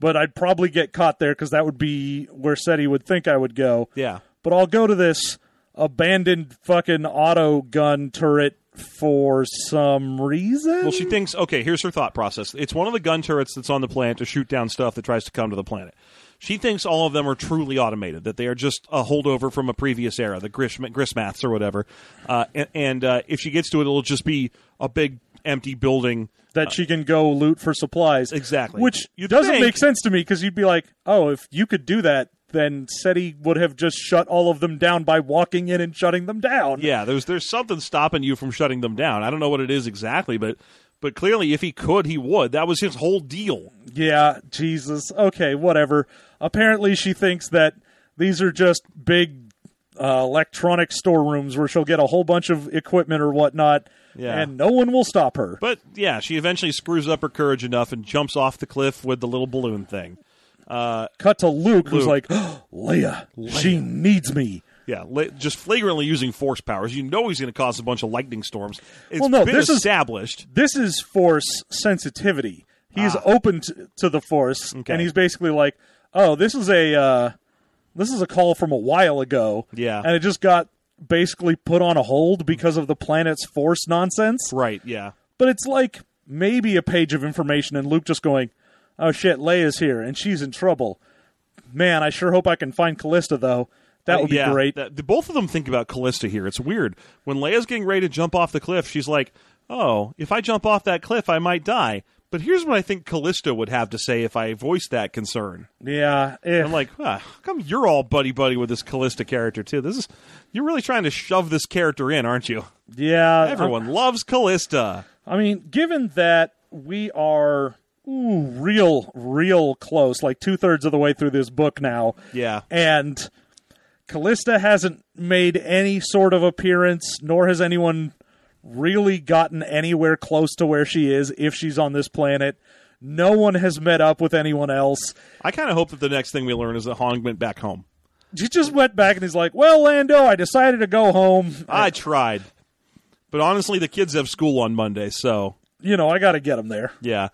[SPEAKER 4] but I'd probably get caught there because that would be where SETI would think I would go.
[SPEAKER 3] Yeah.
[SPEAKER 4] But I'll go to this abandoned fucking auto gun turret for some reason.
[SPEAKER 3] Well, she thinks, okay, here's her thought process. It's one of the gun turrets that's on the planet to shoot down stuff that tries to come to the planet. She thinks all of them are truly automated, that they are just a holdover from a previous era, the Grish, Grismaths or whatever. Uh, and and uh, if she gets to it, it'll just be a big empty building.
[SPEAKER 4] that she can go loot for supplies.
[SPEAKER 3] Exactly.
[SPEAKER 4] Which
[SPEAKER 3] You'd
[SPEAKER 4] doesn't
[SPEAKER 3] think-
[SPEAKER 4] make sense to me because you'd be like, oh, if you could do that, then SETI would have just shut all of them down by walking in and shutting them down.
[SPEAKER 3] Yeah, there's there's something stopping you from shutting them down. I don't know what it is exactly, but but clearly, if he could, he would. That was his whole deal.
[SPEAKER 4] Yeah, Jesus. Okay, whatever. Apparently, she thinks that these are just big uh, electronic storerooms where she'll get a whole bunch of equipment or whatnot,
[SPEAKER 3] Yeah.
[SPEAKER 4] and no one will stop her.
[SPEAKER 3] But yeah, she eventually screws up her courage enough and jumps off the cliff with the little balloon thing.
[SPEAKER 4] Cut to Luke, who's
[SPEAKER 3] Luke.
[SPEAKER 4] like, "Leia, she needs me.
[SPEAKER 3] Yeah, la- just flagrantly using force powers. You know he's going to cause a bunch of lightning storms. It's
[SPEAKER 4] Well, no,
[SPEAKER 3] been
[SPEAKER 4] this is-
[SPEAKER 3] established.
[SPEAKER 4] This is force sensitivity. He's open to, to the force,
[SPEAKER 3] Ah. Okay.
[SPEAKER 4] and he's basically like, "Oh, this is a uh, this is a call from a while ago,
[SPEAKER 3] Yeah.
[SPEAKER 4] and it just got basically put on a hold because of the planet's force nonsense."
[SPEAKER 3] Right? Yeah.
[SPEAKER 4] But it's like maybe a page of information, and Luke just going, "Oh shit, Leia's here, and she's in trouble." Man, I sure hope I can find Callista though. That would be
[SPEAKER 3] Yeah,
[SPEAKER 4] great.
[SPEAKER 3] that- the- both of them think about Callista here. It's weird. When Leia's getting ready to jump off the cliff, she's like, "Oh, if I jump off that cliff, I might die." But here's what I think Callista would have to say if I voiced that concern.
[SPEAKER 4] yeah, eh.
[SPEAKER 3] I'm like, ah, how come you're all buddy buddy with this Callista character too? This is you're really trying to shove this character in, aren't you?
[SPEAKER 4] yeah. I'm-
[SPEAKER 3] Everyone loves Callista.
[SPEAKER 4] I mean, given that we are ooh, real, real close, like two thirds of the way through this book now,
[SPEAKER 3] Yeah.
[SPEAKER 4] and Callista hasn't made any sort of appearance, nor has anyone really gotten anywhere close to where she is if she's on this planet. No one has met up with anyone else.
[SPEAKER 3] I kind of hope that the next thing we learn is that Hong went back home.
[SPEAKER 4] She just went back and he's like, Well, Lando, I decided to go home.
[SPEAKER 3] I tried, but honestly, the kids have school on Monday, so
[SPEAKER 4] You know, I got to get him there.
[SPEAKER 3] Yeah.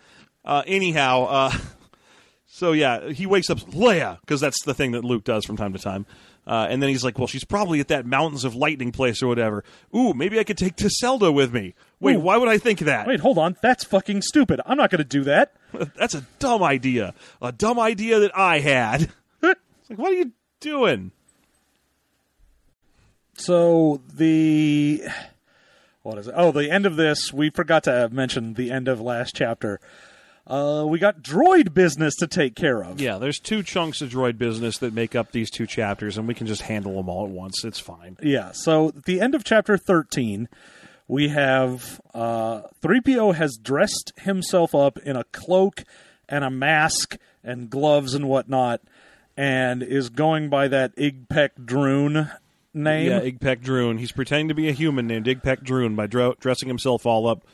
[SPEAKER 3] Uh, anyhow, uh, [LAUGHS] so yeah, he wakes up Leia because that's the thing that Luke does from time to time, uh, and then he's like, "Well, she's probably at that Mountains of Lightning place or whatever. Ooh, maybe I could take Tiselda with me. Wait,
[SPEAKER 4] Ooh.
[SPEAKER 3] why would I think that?
[SPEAKER 4] Wait, hold on. That's fucking stupid. I'm not going to do that.
[SPEAKER 3] [LAUGHS]
[SPEAKER 4] [LAUGHS]
[SPEAKER 3] That's a dumb idea. A dumb idea that I had. [LAUGHS] it's like, what are you doing?
[SPEAKER 4] So the what is it? Oh, the end of this. We forgot to mention the end of last chapter. Uh, we got droid business to take care of.
[SPEAKER 3] Yeah, there's two chunks of droid business that make up these two chapters, and we can just handle them all at once. It's fine.
[SPEAKER 4] Yeah. So at the end of chapter thirteen, we have uh, 3PO has dressed himself up in a cloak and a mask and gloves and whatnot, and is going by that Igpec Droon name.
[SPEAKER 3] Yeah, Igpec Droon. He's pretending to be a human named Igpec Droon by dro- dressing himself all up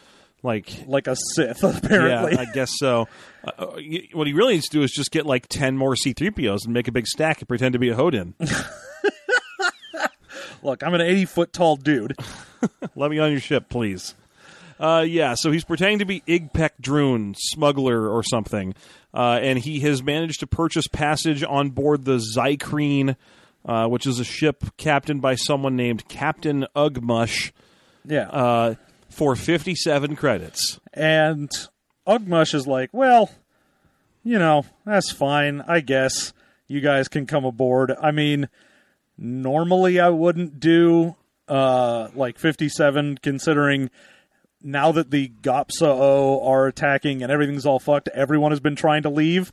[SPEAKER 3] like.
[SPEAKER 4] like a Sith, [LAUGHS] apparently.
[SPEAKER 3] Yeah, I guess so. Uh, Uh, y- what he really needs to do is just get like ten more C-3POs and make a big stack and pretend to be a Hodin.
[SPEAKER 4] [LAUGHS] Look, I'm an 80 foot tall
[SPEAKER 3] [LAUGHS]
[SPEAKER 4] dude.
[SPEAKER 3] Let me on your ship, please. Uh, yeah, so he's pretending to be Igpec Droon, smuggler or something, uh, and he has managed to purchase passage on board the Zykreen, uh, which is a ship captained by someone named Captain Ugmush,
[SPEAKER 4] Yeah.
[SPEAKER 3] uh, for fifty-seven credits.
[SPEAKER 4] And Ugmush is like, well, you know, that's fine. I guess you guys can come aboard. I mean, normally I wouldn't do uh, like 57, considering now that the Gopsa-O are attacking and everything's all fucked, everyone has been trying to leave.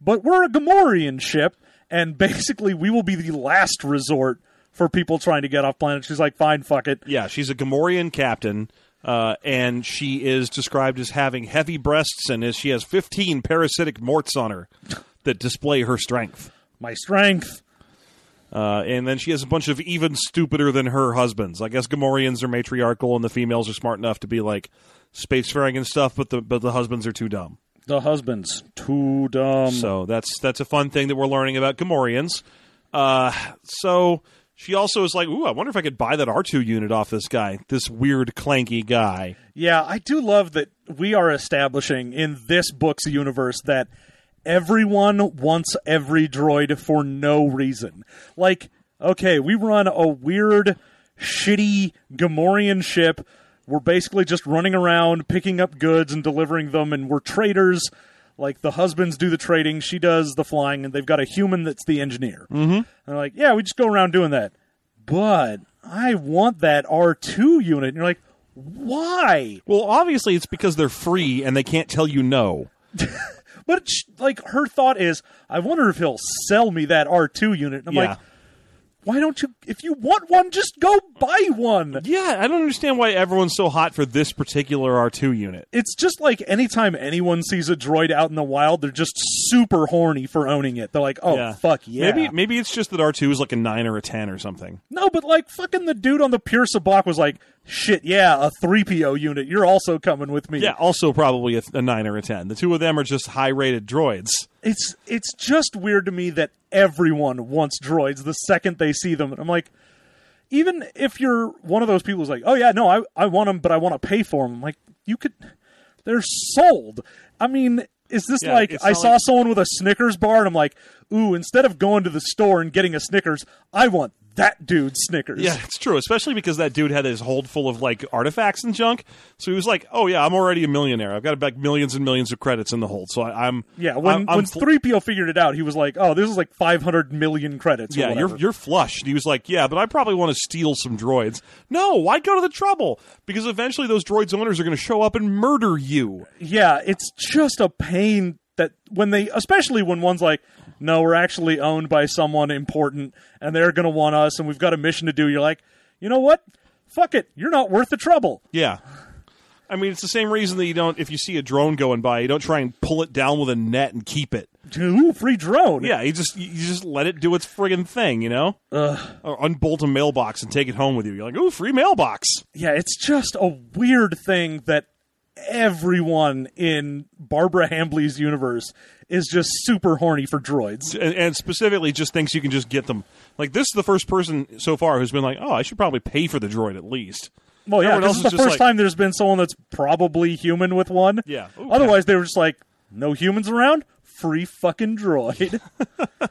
[SPEAKER 4] But we're a Gamorrean ship, and [LAUGHS] basically we will be the last resort for people trying to get off planet. She's like, fine, fuck it.
[SPEAKER 3] Yeah, she's a Gamorrean captain, uh, and she is described as having heavy breasts, and is, she has 15 parasitic morts on her that display her strength.
[SPEAKER 4] My strength.
[SPEAKER 3] Uh, and then she has a bunch of even stupider than her husbands. I guess Gamorreans are matriarchal, and the females are smart enough to be like spacefaring and stuff, but the but the husbands are too dumb.
[SPEAKER 4] The husband's too dumb.
[SPEAKER 3] So that's that's a fun thing that we're learning about Gamorreans. Uh, so she also is like, ooh, I wonder if I could buy that R two unit off this guy, this weird clanky guy.
[SPEAKER 4] yeah, I do love that we are establishing in this book's universe that everyone wants every droid for no reason. Like, okay, we run a weird, shitty Gamorrean ship. We're basically just running around picking up goods and delivering them, and we're traders. Like the husbands do the trading, she does the flying, and they've got a human that's the engineer. Mm-hmm. And they're like, yeah, we just go around doing that. But I want that R2 unit. And you're like, why?
[SPEAKER 3] Well, obviously, it's because they're free and they can't tell you no.
[SPEAKER 4] But sh like her thought is, I wonder if he'll sell me that R2 unit. And I'm
[SPEAKER 3] yeah.
[SPEAKER 4] like, why don't you? If you want one, just go buy one.
[SPEAKER 3] yeah, I don't understand why everyone's so hot for this particular R2 unit.
[SPEAKER 4] It's just like anytime anyone sees a droid out in the wild, they're just super horny for owning it. They're like, oh, fuck yeah.
[SPEAKER 3] Maybe maybe it's just that R2 is like a 9 or a 10 or something.
[SPEAKER 4] No, but like fucking the dude on the Pure Sabak was like, shit, yeah, a 3PO unit. You're also coming with me.
[SPEAKER 3] Yeah, also probably a, a 9 or a 10. The two of them are just high rated droids.
[SPEAKER 4] It's it's just weird to me that everyone wants droids the second they see them. And I'm like, even if you're one of those people who's like, oh yeah, no, I, I want them, but I want to pay for them. I'm like, you could, they're sold. I mean, is this
[SPEAKER 3] Yeah,
[SPEAKER 4] like
[SPEAKER 3] it's
[SPEAKER 4] I
[SPEAKER 3] not
[SPEAKER 4] saw
[SPEAKER 3] like-
[SPEAKER 4] someone with a Snickers bar and I'm like, ooh, instead of going to the store and getting a Snickers, I want that dude's Snickers.
[SPEAKER 3] Yeah, [LAUGHS] it's true, especially because that dude had his hold full of like artifacts and junk. So he was like, "Oh yeah, I'm already a millionaire. I've got like millions and millions of credits in the hold. So I, I'm
[SPEAKER 4] Yeah, when
[SPEAKER 3] I'm, I'm
[SPEAKER 4] when
[SPEAKER 3] fl-
[SPEAKER 4] three PO figured it out, he was like, "Oh, this is like 500 million credits." or
[SPEAKER 3] yeah,
[SPEAKER 4] whatever.
[SPEAKER 3] you're you're flush." And he was like, "Yeah, but I probably want to steal some droids. No, why go to the trouble? Because eventually those droids owners are going to show up and murder you.
[SPEAKER 4] yeah, it's just a pain that when they, especially when one's like, "No, we're actually owned by someone important, and they're gonna want us, and we've got a mission to do." You're like, you know what? Fuck it, you're not worth the trouble.
[SPEAKER 3] Yeah." I mean, it's the same reason that you don't. If you see a drone going by, you don't try and pull it down with a net and keep it.
[SPEAKER 4] Ooh, free drone.
[SPEAKER 3] Yeah, you just you just let it do its friggin' thing, you know. Or unbolt a mailbox and take it home with you. You're like, ooh, free mailbox.
[SPEAKER 4] yeah, it's just a weird thing that everyone in Barbara Hambly's universe is just super horny for droids.
[SPEAKER 3] and, and specifically just thinks you can just get them. Like this is the first person so far who's been like, "Oh, I should probably pay for the droid at least."
[SPEAKER 4] Well, yeah,
[SPEAKER 3] Everyone
[SPEAKER 4] this
[SPEAKER 3] else
[SPEAKER 4] is
[SPEAKER 3] is
[SPEAKER 4] the
[SPEAKER 3] just
[SPEAKER 4] first
[SPEAKER 3] like-
[SPEAKER 4] time there's been someone that's probably human with one.
[SPEAKER 3] Yeah. Ooh,
[SPEAKER 4] Otherwise, they were just like, no humans around, free fucking droid. [LAUGHS]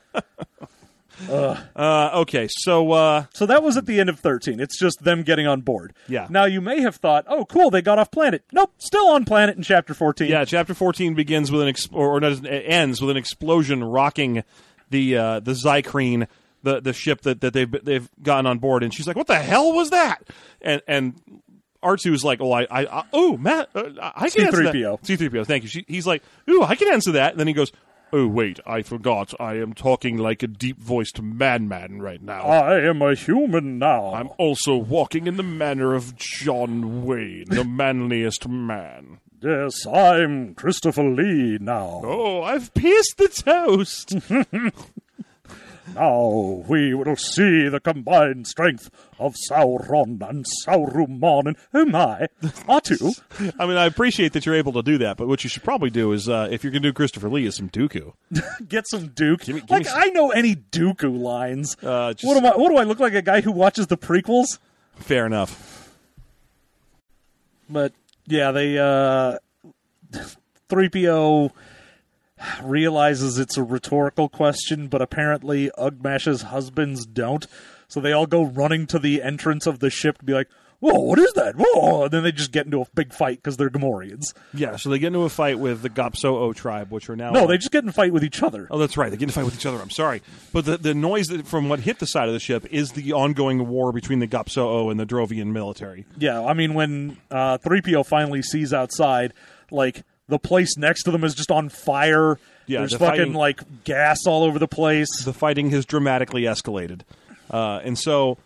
[SPEAKER 3] Uh, okay, so uh,
[SPEAKER 4] so that was at the end of 13. It's just them getting on board.
[SPEAKER 3] Yeah.
[SPEAKER 4] Now, you may have thought, oh, cool, they got off planet. Nope, still on planet in chapter 14.
[SPEAKER 3] yeah, chapter fourteen begins with an ex- or, or not, it ends with an explosion rocking the uh, the Zykreen. The, the ship that, that they've they've gotten on board and she's like what the hell was that and and R 2s like oh I I, I oh Matt uh, I can answer
[SPEAKER 4] C-3PO.
[SPEAKER 3] that C three PO thank you she, he's like ooh I can answer that and then he goes oh wait I forgot I am talking like a deep voiced madman right now
[SPEAKER 4] I am a human now.
[SPEAKER 3] I'm also walking in the manner of John Wayne, the [LAUGHS] manliest man.
[SPEAKER 4] yes, I'm Christopher Lee now.
[SPEAKER 3] Oh, I've pierced the toast.
[SPEAKER 4] Now we will see the combined strength of Sauron and Sauruman and, oh
[SPEAKER 3] [LAUGHS]
[SPEAKER 4] my, R2.
[SPEAKER 3] I mean, I appreciate that you're able to do that, but what you should probably do is, uh, if you're going to do Christopher Lee, is some Dooku.
[SPEAKER 4] get some Duke.
[SPEAKER 3] me- give
[SPEAKER 4] like
[SPEAKER 3] me some-
[SPEAKER 4] I know any Dooku lines.
[SPEAKER 3] Uh, just-
[SPEAKER 4] what am I? What do I look like? A guy who watches the prequels?
[SPEAKER 3] Fair enough.
[SPEAKER 4] But yeah, they uh, [SIGHS] 3PO realizes it's a rhetorical question, but apparently Ugmash's husbands don't. So they all go running to the entrance of the ship to be like, "Whoa, what is that?" Whoa, and then they just get into a big fight because they're Gamorreans.
[SPEAKER 3] Yeah, so they get into a fight with the Gopso-O tribe, which are now
[SPEAKER 4] No, they just get in a fight with each other.
[SPEAKER 3] Oh, that's right. They get in a fight with each other. I'm sorry, but the the noise that, from what hit the side of the ship is the ongoing war between the Gopso-O and the Drovian military.
[SPEAKER 4] Yeah, I mean when uh 3PO finally sees outside, like the place next to them is just on fire.
[SPEAKER 3] Yeah,
[SPEAKER 4] There's
[SPEAKER 3] the
[SPEAKER 4] fucking
[SPEAKER 3] fighting-
[SPEAKER 4] like gas all over the place.
[SPEAKER 3] the fighting has dramatically escalated, uh, and so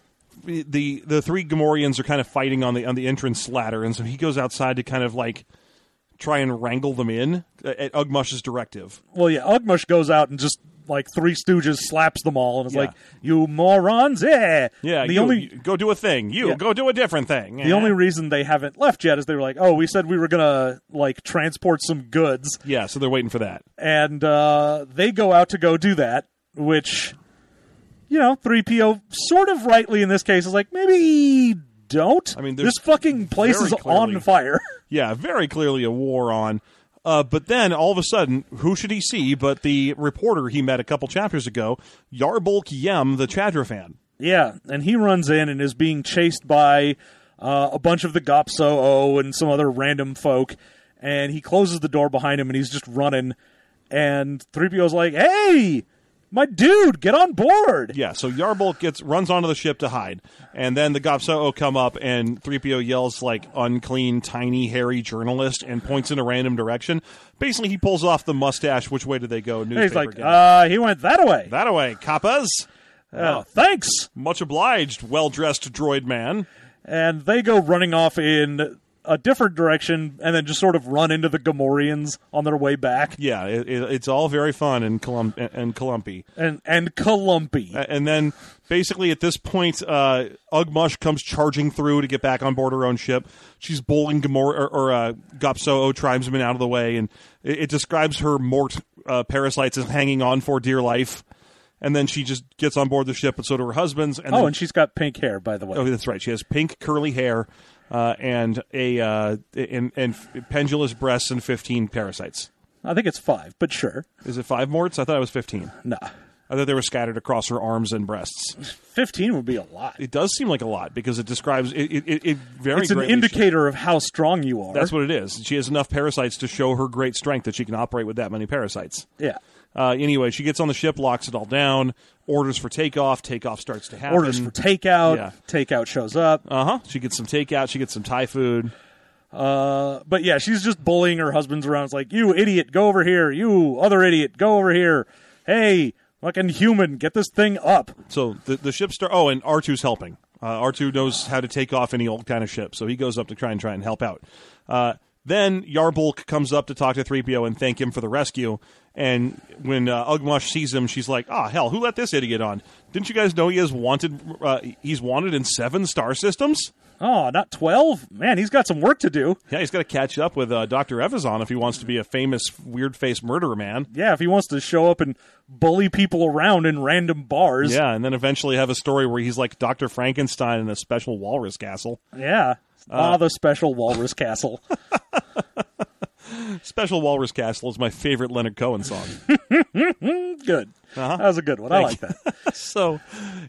[SPEAKER 3] the the three Gamorreans are kind of fighting on the on the entrance ladder, and so he goes outside to kind of like try and wrangle them in uh, at at Ugmush's directive.
[SPEAKER 4] Well, yeah, Ugmush goes out and just like three stooges slaps them all and is
[SPEAKER 3] Yeah.
[SPEAKER 4] like, "You morons!" Yeah.
[SPEAKER 3] Yeah,
[SPEAKER 4] The
[SPEAKER 3] you,
[SPEAKER 4] only
[SPEAKER 3] you go do a thing. You
[SPEAKER 4] Yeah.
[SPEAKER 3] go do a different thing. Eh.
[SPEAKER 4] the only reason they haven't left yet is they were like, "Oh, we said we were gonna like transport some goods."
[SPEAKER 3] yeah, so they're waiting for that.
[SPEAKER 4] and uh, they go out to go do that, which you know, three PO sort of rightly in this case is like maybe don't.
[SPEAKER 3] I mean, there's
[SPEAKER 4] this fucking place
[SPEAKER 3] very
[SPEAKER 4] is
[SPEAKER 3] clearly-
[SPEAKER 4] on fire. [LAUGHS]
[SPEAKER 3] Yeah, very clearly a war on. Uh, but then all of a sudden, who should he see but the reporter he met a couple chapters ago, Yarbolk Yem, the Chadrafan.
[SPEAKER 4] yeah, and he runs in and is being chased by uh, a bunch of the Gopso and some other random folk, and he closes the door behind him and he's just running, and three PO's like, "Hey, my dude, get on board."
[SPEAKER 3] Yeah, so Yarbolt gets runs onto the ship to hide, and then the Gopso come up, and 3PO yells like unclean, tiny, hairy journalist, and points in a random direction. Basically, he pulls off the mustache. Which way do they go?
[SPEAKER 4] And
[SPEAKER 3] Newspaper.
[SPEAKER 4] he's like,
[SPEAKER 3] gang.
[SPEAKER 4] uh, he went that way.
[SPEAKER 3] that away, coppas.
[SPEAKER 4] Uh, thanks.
[SPEAKER 3] Much obliged, well dressed droid man.
[SPEAKER 4] and they go running off in a different direction and then just sort of run into the Gamorreans on their way back
[SPEAKER 3] Yeah, it, it, it's all very fun and Colum- and, and Columpy.
[SPEAKER 4] and and Columpy.
[SPEAKER 3] A- And then basically at this point, uh, Ugmush comes charging through to get back on board her own ship. She's bowling Gamor or, or uh, Gopso-O tribesmen out of the way, and it, it describes her mort uh, parasites as hanging on for dear life. and then she just gets on board the ship, and so do her husbands. And
[SPEAKER 4] Oh,
[SPEAKER 3] then-
[SPEAKER 4] and she's got pink hair, by the way.
[SPEAKER 3] Oh, that's right. She has pink curly hair uh, and a uh, and, and f- pendulous breasts and fifteen parasites.
[SPEAKER 4] I think it's five, but sure.
[SPEAKER 3] Is it five morts? I thought it was fifteen.
[SPEAKER 4] No.
[SPEAKER 3] I thought they were scattered across her arms and breasts.
[SPEAKER 4] 15 would be a lot.
[SPEAKER 3] It does seem like a lot because it describes it. It, it, it very
[SPEAKER 4] It's an
[SPEAKER 3] greatly shows-
[SPEAKER 4] indicator of how strong you are.
[SPEAKER 3] That's what it is. She has enough parasites to show her great strength that she can operate with that many parasites.
[SPEAKER 4] yeah.
[SPEAKER 3] Uh, anyway, she gets on the ship, locks it all down, orders for takeoff. Takeoff starts to happen.
[SPEAKER 4] Orders for takeout.
[SPEAKER 3] Yeah.
[SPEAKER 4] Takeout shows up.
[SPEAKER 3] Uh huh. She gets some takeout. She gets some Thai food.
[SPEAKER 4] Uh, but yeah, she's just bullying her husbands around. It's like, you idiot, go over here. You other idiot, go over here. Hey, fucking human, get this thing up.
[SPEAKER 3] So the the ship star. Oh, and R 2s helping. Uh, R two knows how to take off any old kind of ship, so he goes up to try and try and help out. Uh, then Yarbulk comes up to talk to three PO and thank him for the rescue. And when uh, Ugmush sees him, she's like, "Ah, hell, who let this idiot on? Didn't you guys know he is wanted? Uh, he's wanted in seven star systems.
[SPEAKER 4] Oh, not 12? Man, he's got some work to do.
[SPEAKER 3] Yeah, he's got to catch up with uh, Doctor Evazon if he wants to be a famous weird faced murderer man.
[SPEAKER 4] Yeah, if he wants to show up and bully people around in random bars.
[SPEAKER 3] Yeah, and then eventually have a story where he's like Doctor Frankenstein in a special walrus castle."
[SPEAKER 4] Yeah. ah, the special Walrus Castle. [LAUGHS]
[SPEAKER 3] Special Walrus Castle is my favorite Leonard Cohen song. [LAUGHS]
[SPEAKER 4] good. That was a good one. I like that.
[SPEAKER 3] so,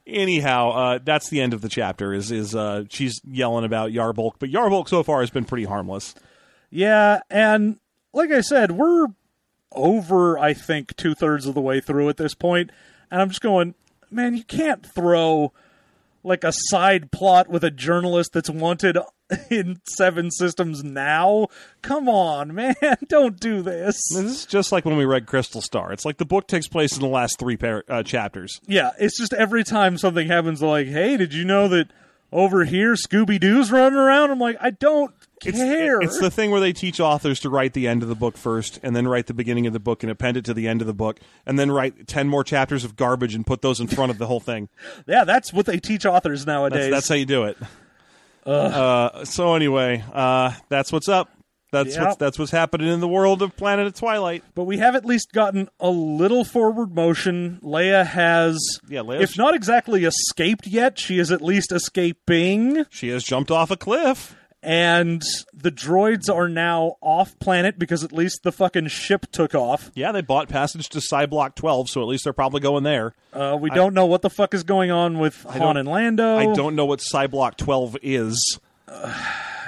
[SPEAKER 3] anyhow, uh, that's the end of the chapter. Is is uh, she's yelling about Yarbulk, but Yarbulk so far has been pretty harmless.
[SPEAKER 4] Yeah, and like I said, we're over, I think, two thirds of the way through at this point, and I'm just going, man, you can't throw like a side plot with a journalist that's wanted [LAUGHS] in Seven Systems now. Come on, man, [LAUGHS] don't do this.
[SPEAKER 3] This is just like when we read Crystal Star. It's like the book takes place in the last three par- uh, chapters.
[SPEAKER 4] Yeah, it's just every time something happens, they're like, hey, did you know that over here Scooby Doo's running around? I'm like, I don't
[SPEAKER 3] It's,
[SPEAKER 4] care.
[SPEAKER 3] it's the thing where they teach authors to write the end of the book first, and then write the beginning of the book and append it to the end of the book, and then write ten more chapters of garbage and put those in front of the whole thing.
[SPEAKER 4] yeah, that's what they teach authors nowadays.
[SPEAKER 3] That's, that's how you do it. Uh, so anyway, uh, that's what's up. That's
[SPEAKER 4] Yeah.
[SPEAKER 3] what's that's what's happening in the world of Planet of Twilight.
[SPEAKER 4] But we have at least gotten a little forward motion. Leia has,
[SPEAKER 3] Yeah, Leia's-
[SPEAKER 4] if not exactly escaped yet, she is at least escaping.
[SPEAKER 3] She has jumped off a cliff.
[SPEAKER 4] And the droids are now off planet because at least the fucking ship took off.
[SPEAKER 3] Yeah, they bought passage to Cyblock 12, so at least they're probably going there.
[SPEAKER 4] Uh, we don't know what the fuck is going on with Han
[SPEAKER 3] don't-
[SPEAKER 4] and Lando.
[SPEAKER 3] I don't know what Cyblock 12 is.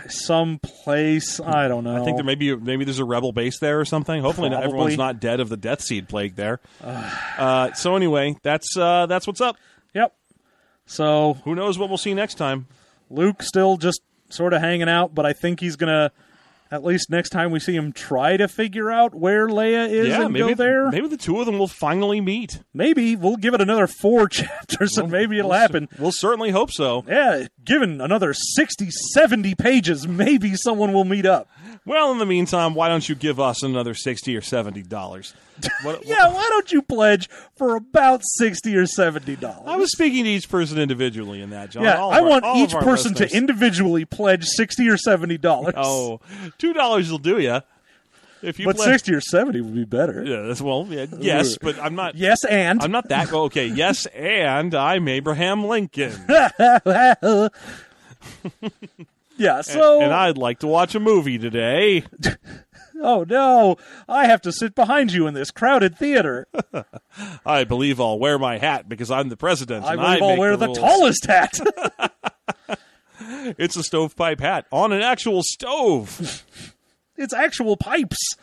[SPEAKER 4] Some place. I don't know.
[SPEAKER 3] I think there may be maybe there's a rebel base there or something. Hopefully, not, everyone's
[SPEAKER 4] Oh. Probably.
[SPEAKER 3] not dead of the Death Seed plague there. Uh, so anyway, that's uh, that's what's up.
[SPEAKER 4] Yep. So
[SPEAKER 3] Who knows what we'll see next time?
[SPEAKER 4] Luke still just sort of hanging out, but I think he's gonna at least next time we see him try to figure out where Leia is
[SPEAKER 3] yeah,
[SPEAKER 4] and
[SPEAKER 3] maybe
[SPEAKER 4] go there.
[SPEAKER 3] Maybe the two of them will finally meet.
[SPEAKER 4] Maybe we'll give it another four [LAUGHS] chapters and maybe it'll happen.
[SPEAKER 3] We'll certainly hope so.
[SPEAKER 4] Yeah, given another 60, 70 pages, maybe someone will meet up.
[SPEAKER 3] Well, in the meantime, why don't you give us another sixty or seventy dollars?
[SPEAKER 4] [LAUGHS] Yeah, why don't you pledge for about 60 or 70 dollars?
[SPEAKER 3] I was speaking to each person individually in that, John.
[SPEAKER 4] yeah,
[SPEAKER 3] All of
[SPEAKER 4] I
[SPEAKER 3] our-
[SPEAKER 4] want
[SPEAKER 3] all
[SPEAKER 4] each
[SPEAKER 3] of our
[SPEAKER 4] person
[SPEAKER 3] listeners.
[SPEAKER 4] to individually pledge 60 or 70 dollars.
[SPEAKER 3] Oh, two dollars will do ya. If you
[SPEAKER 4] but
[SPEAKER 3] pledge-
[SPEAKER 4] 60 or 70 would be better.
[SPEAKER 3] yeah, that's well, yeah, yes, but I'm not.
[SPEAKER 4] Yes, and
[SPEAKER 3] I'm not that. Okay, yes, and I'm Abraham Lincoln,
[SPEAKER 4] [LAUGHS] yeah, so
[SPEAKER 3] and I'd like to watch a movie today.
[SPEAKER 4] Oh no, I have to sit behind you in this crowded theater.
[SPEAKER 3] I believe I'll wear my hat because I'm the president.
[SPEAKER 4] I
[SPEAKER 3] and
[SPEAKER 4] believe
[SPEAKER 3] I
[SPEAKER 4] I'll
[SPEAKER 3] make
[SPEAKER 4] wear the,
[SPEAKER 3] rules.
[SPEAKER 4] tallest hat. [LAUGHS]
[SPEAKER 3] It's a stovepipe hat on an actual stove.
[SPEAKER 4] it's actual pipes.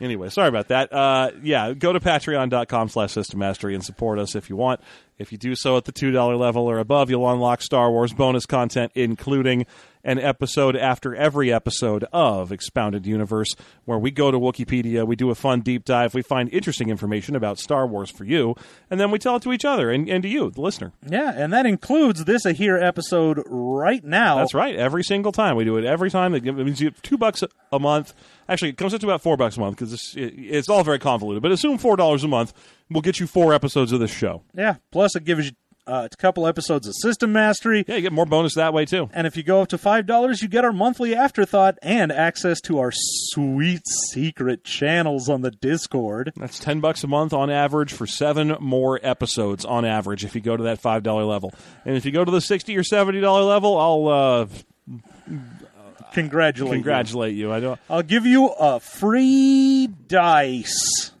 [SPEAKER 3] anyway sorry about that uh, yeah go to patreon.com slash system mastery and support us if you want if you do so at the $2 level or above you'll unlock star wars bonus content including an episode after every episode of expounded universe where we go to wikipedia we do a fun deep dive we find interesting information about star wars for you and then we tell it to each other and, and to you the listener
[SPEAKER 4] Yeah, and that includes this a here episode right now.
[SPEAKER 3] that's right. Every single time we do it. Every time it means you two bucks a- a month. Actually, it comes up to about four bucks a month because it's, it's all very convoluted. But assume four dollars a month will get you four episodes of this show.
[SPEAKER 4] Yeah, plus it gives you Uh, it's a couple episodes of System Mastery.
[SPEAKER 3] Yeah, you get more bonus that way too.
[SPEAKER 4] And if you go up to $5, you get our monthly afterthought and access to our sweet secret channels on the Discord.
[SPEAKER 3] That's ten bucks a month on average for seven more episodes on average if you go to that five dollar level. And if you go to the sixty or seventy dollar level, I'll uh, Ah,
[SPEAKER 4] Congratulate. you.
[SPEAKER 3] congratulate you. I don't
[SPEAKER 4] I'll give you a free dice.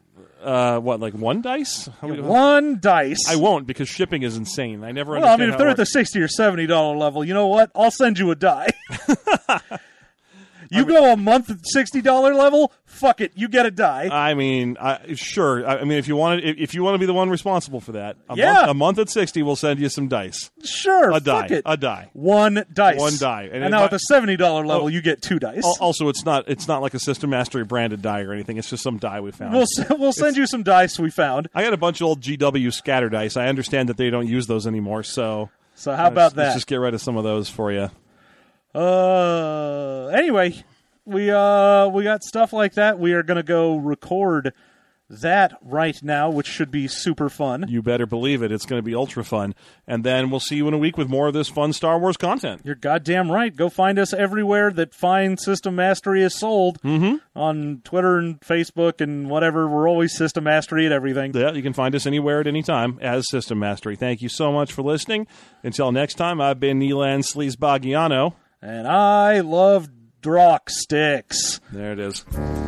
[SPEAKER 3] uh, what like one dice. How we-
[SPEAKER 4] One dice.
[SPEAKER 3] I won't because shipping is insane. I never.
[SPEAKER 4] well, I
[SPEAKER 3] understand
[SPEAKER 4] mean, if
[SPEAKER 3] how
[SPEAKER 4] they're
[SPEAKER 3] it
[SPEAKER 4] at the
[SPEAKER 3] works.
[SPEAKER 4] sixty or seventy dollar level, you know what? I'll send you a
[SPEAKER 3] [LAUGHS]
[SPEAKER 4] die. you go a month at sixty dollar level, fuck it, you get a die.
[SPEAKER 3] I mean, I, sure. I, I mean, if you want, to, if, if you want to be the one responsible for that, a,
[SPEAKER 4] Yeah.
[SPEAKER 3] month, a month at sixty, we'll send you some dice.
[SPEAKER 4] sure,
[SPEAKER 3] A
[SPEAKER 4] fuck
[SPEAKER 3] die,
[SPEAKER 4] it.
[SPEAKER 3] a die.
[SPEAKER 4] One dice.
[SPEAKER 3] One die. And
[SPEAKER 4] And,
[SPEAKER 3] if
[SPEAKER 4] now
[SPEAKER 3] I- Oh.
[SPEAKER 4] at the seventy dollar level, you get two dice.
[SPEAKER 3] Al- Also, it's not it's not like a System Mastery branded die or anything. It's just some die we found.
[SPEAKER 4] we'll s- [LAUGHS] we'll send you some dice we found.
[SPEAKER 3] I got a bunch of old GW scatter dice. I understand that they don't use those anymore, so
[SPEAKER 4] So how about
[SPEAKER 3] Let's
[SPEAKER 4] that?
[SPEAKER 3] just get rid of some of those for you.
[SPEAKER 4] Uh, anyway, we uh we got stuff like that. We are gonna go record that right now, which should be super fun.
[SPEAKER 3] You better believe it. It's going to be ultra fun. And then we'll see you in a week with more of this fun Star Wars content.
[SPEAKER 4] You're goddamn right. Go find us everywhere that Fine System Mastery is sold mm-hmm. on Twitter and Facebook and whatever. We're always System Mastery at everything.
[SPEAKER 3] Yeah, you can find us anywhere at any time as System Mastery. Thank you so much for listening. Until next time, I've been Neelan Sleesbagiano.
[SPEAKER 4] And I love Drock Sticks.
[SPEAKER 3] There it is.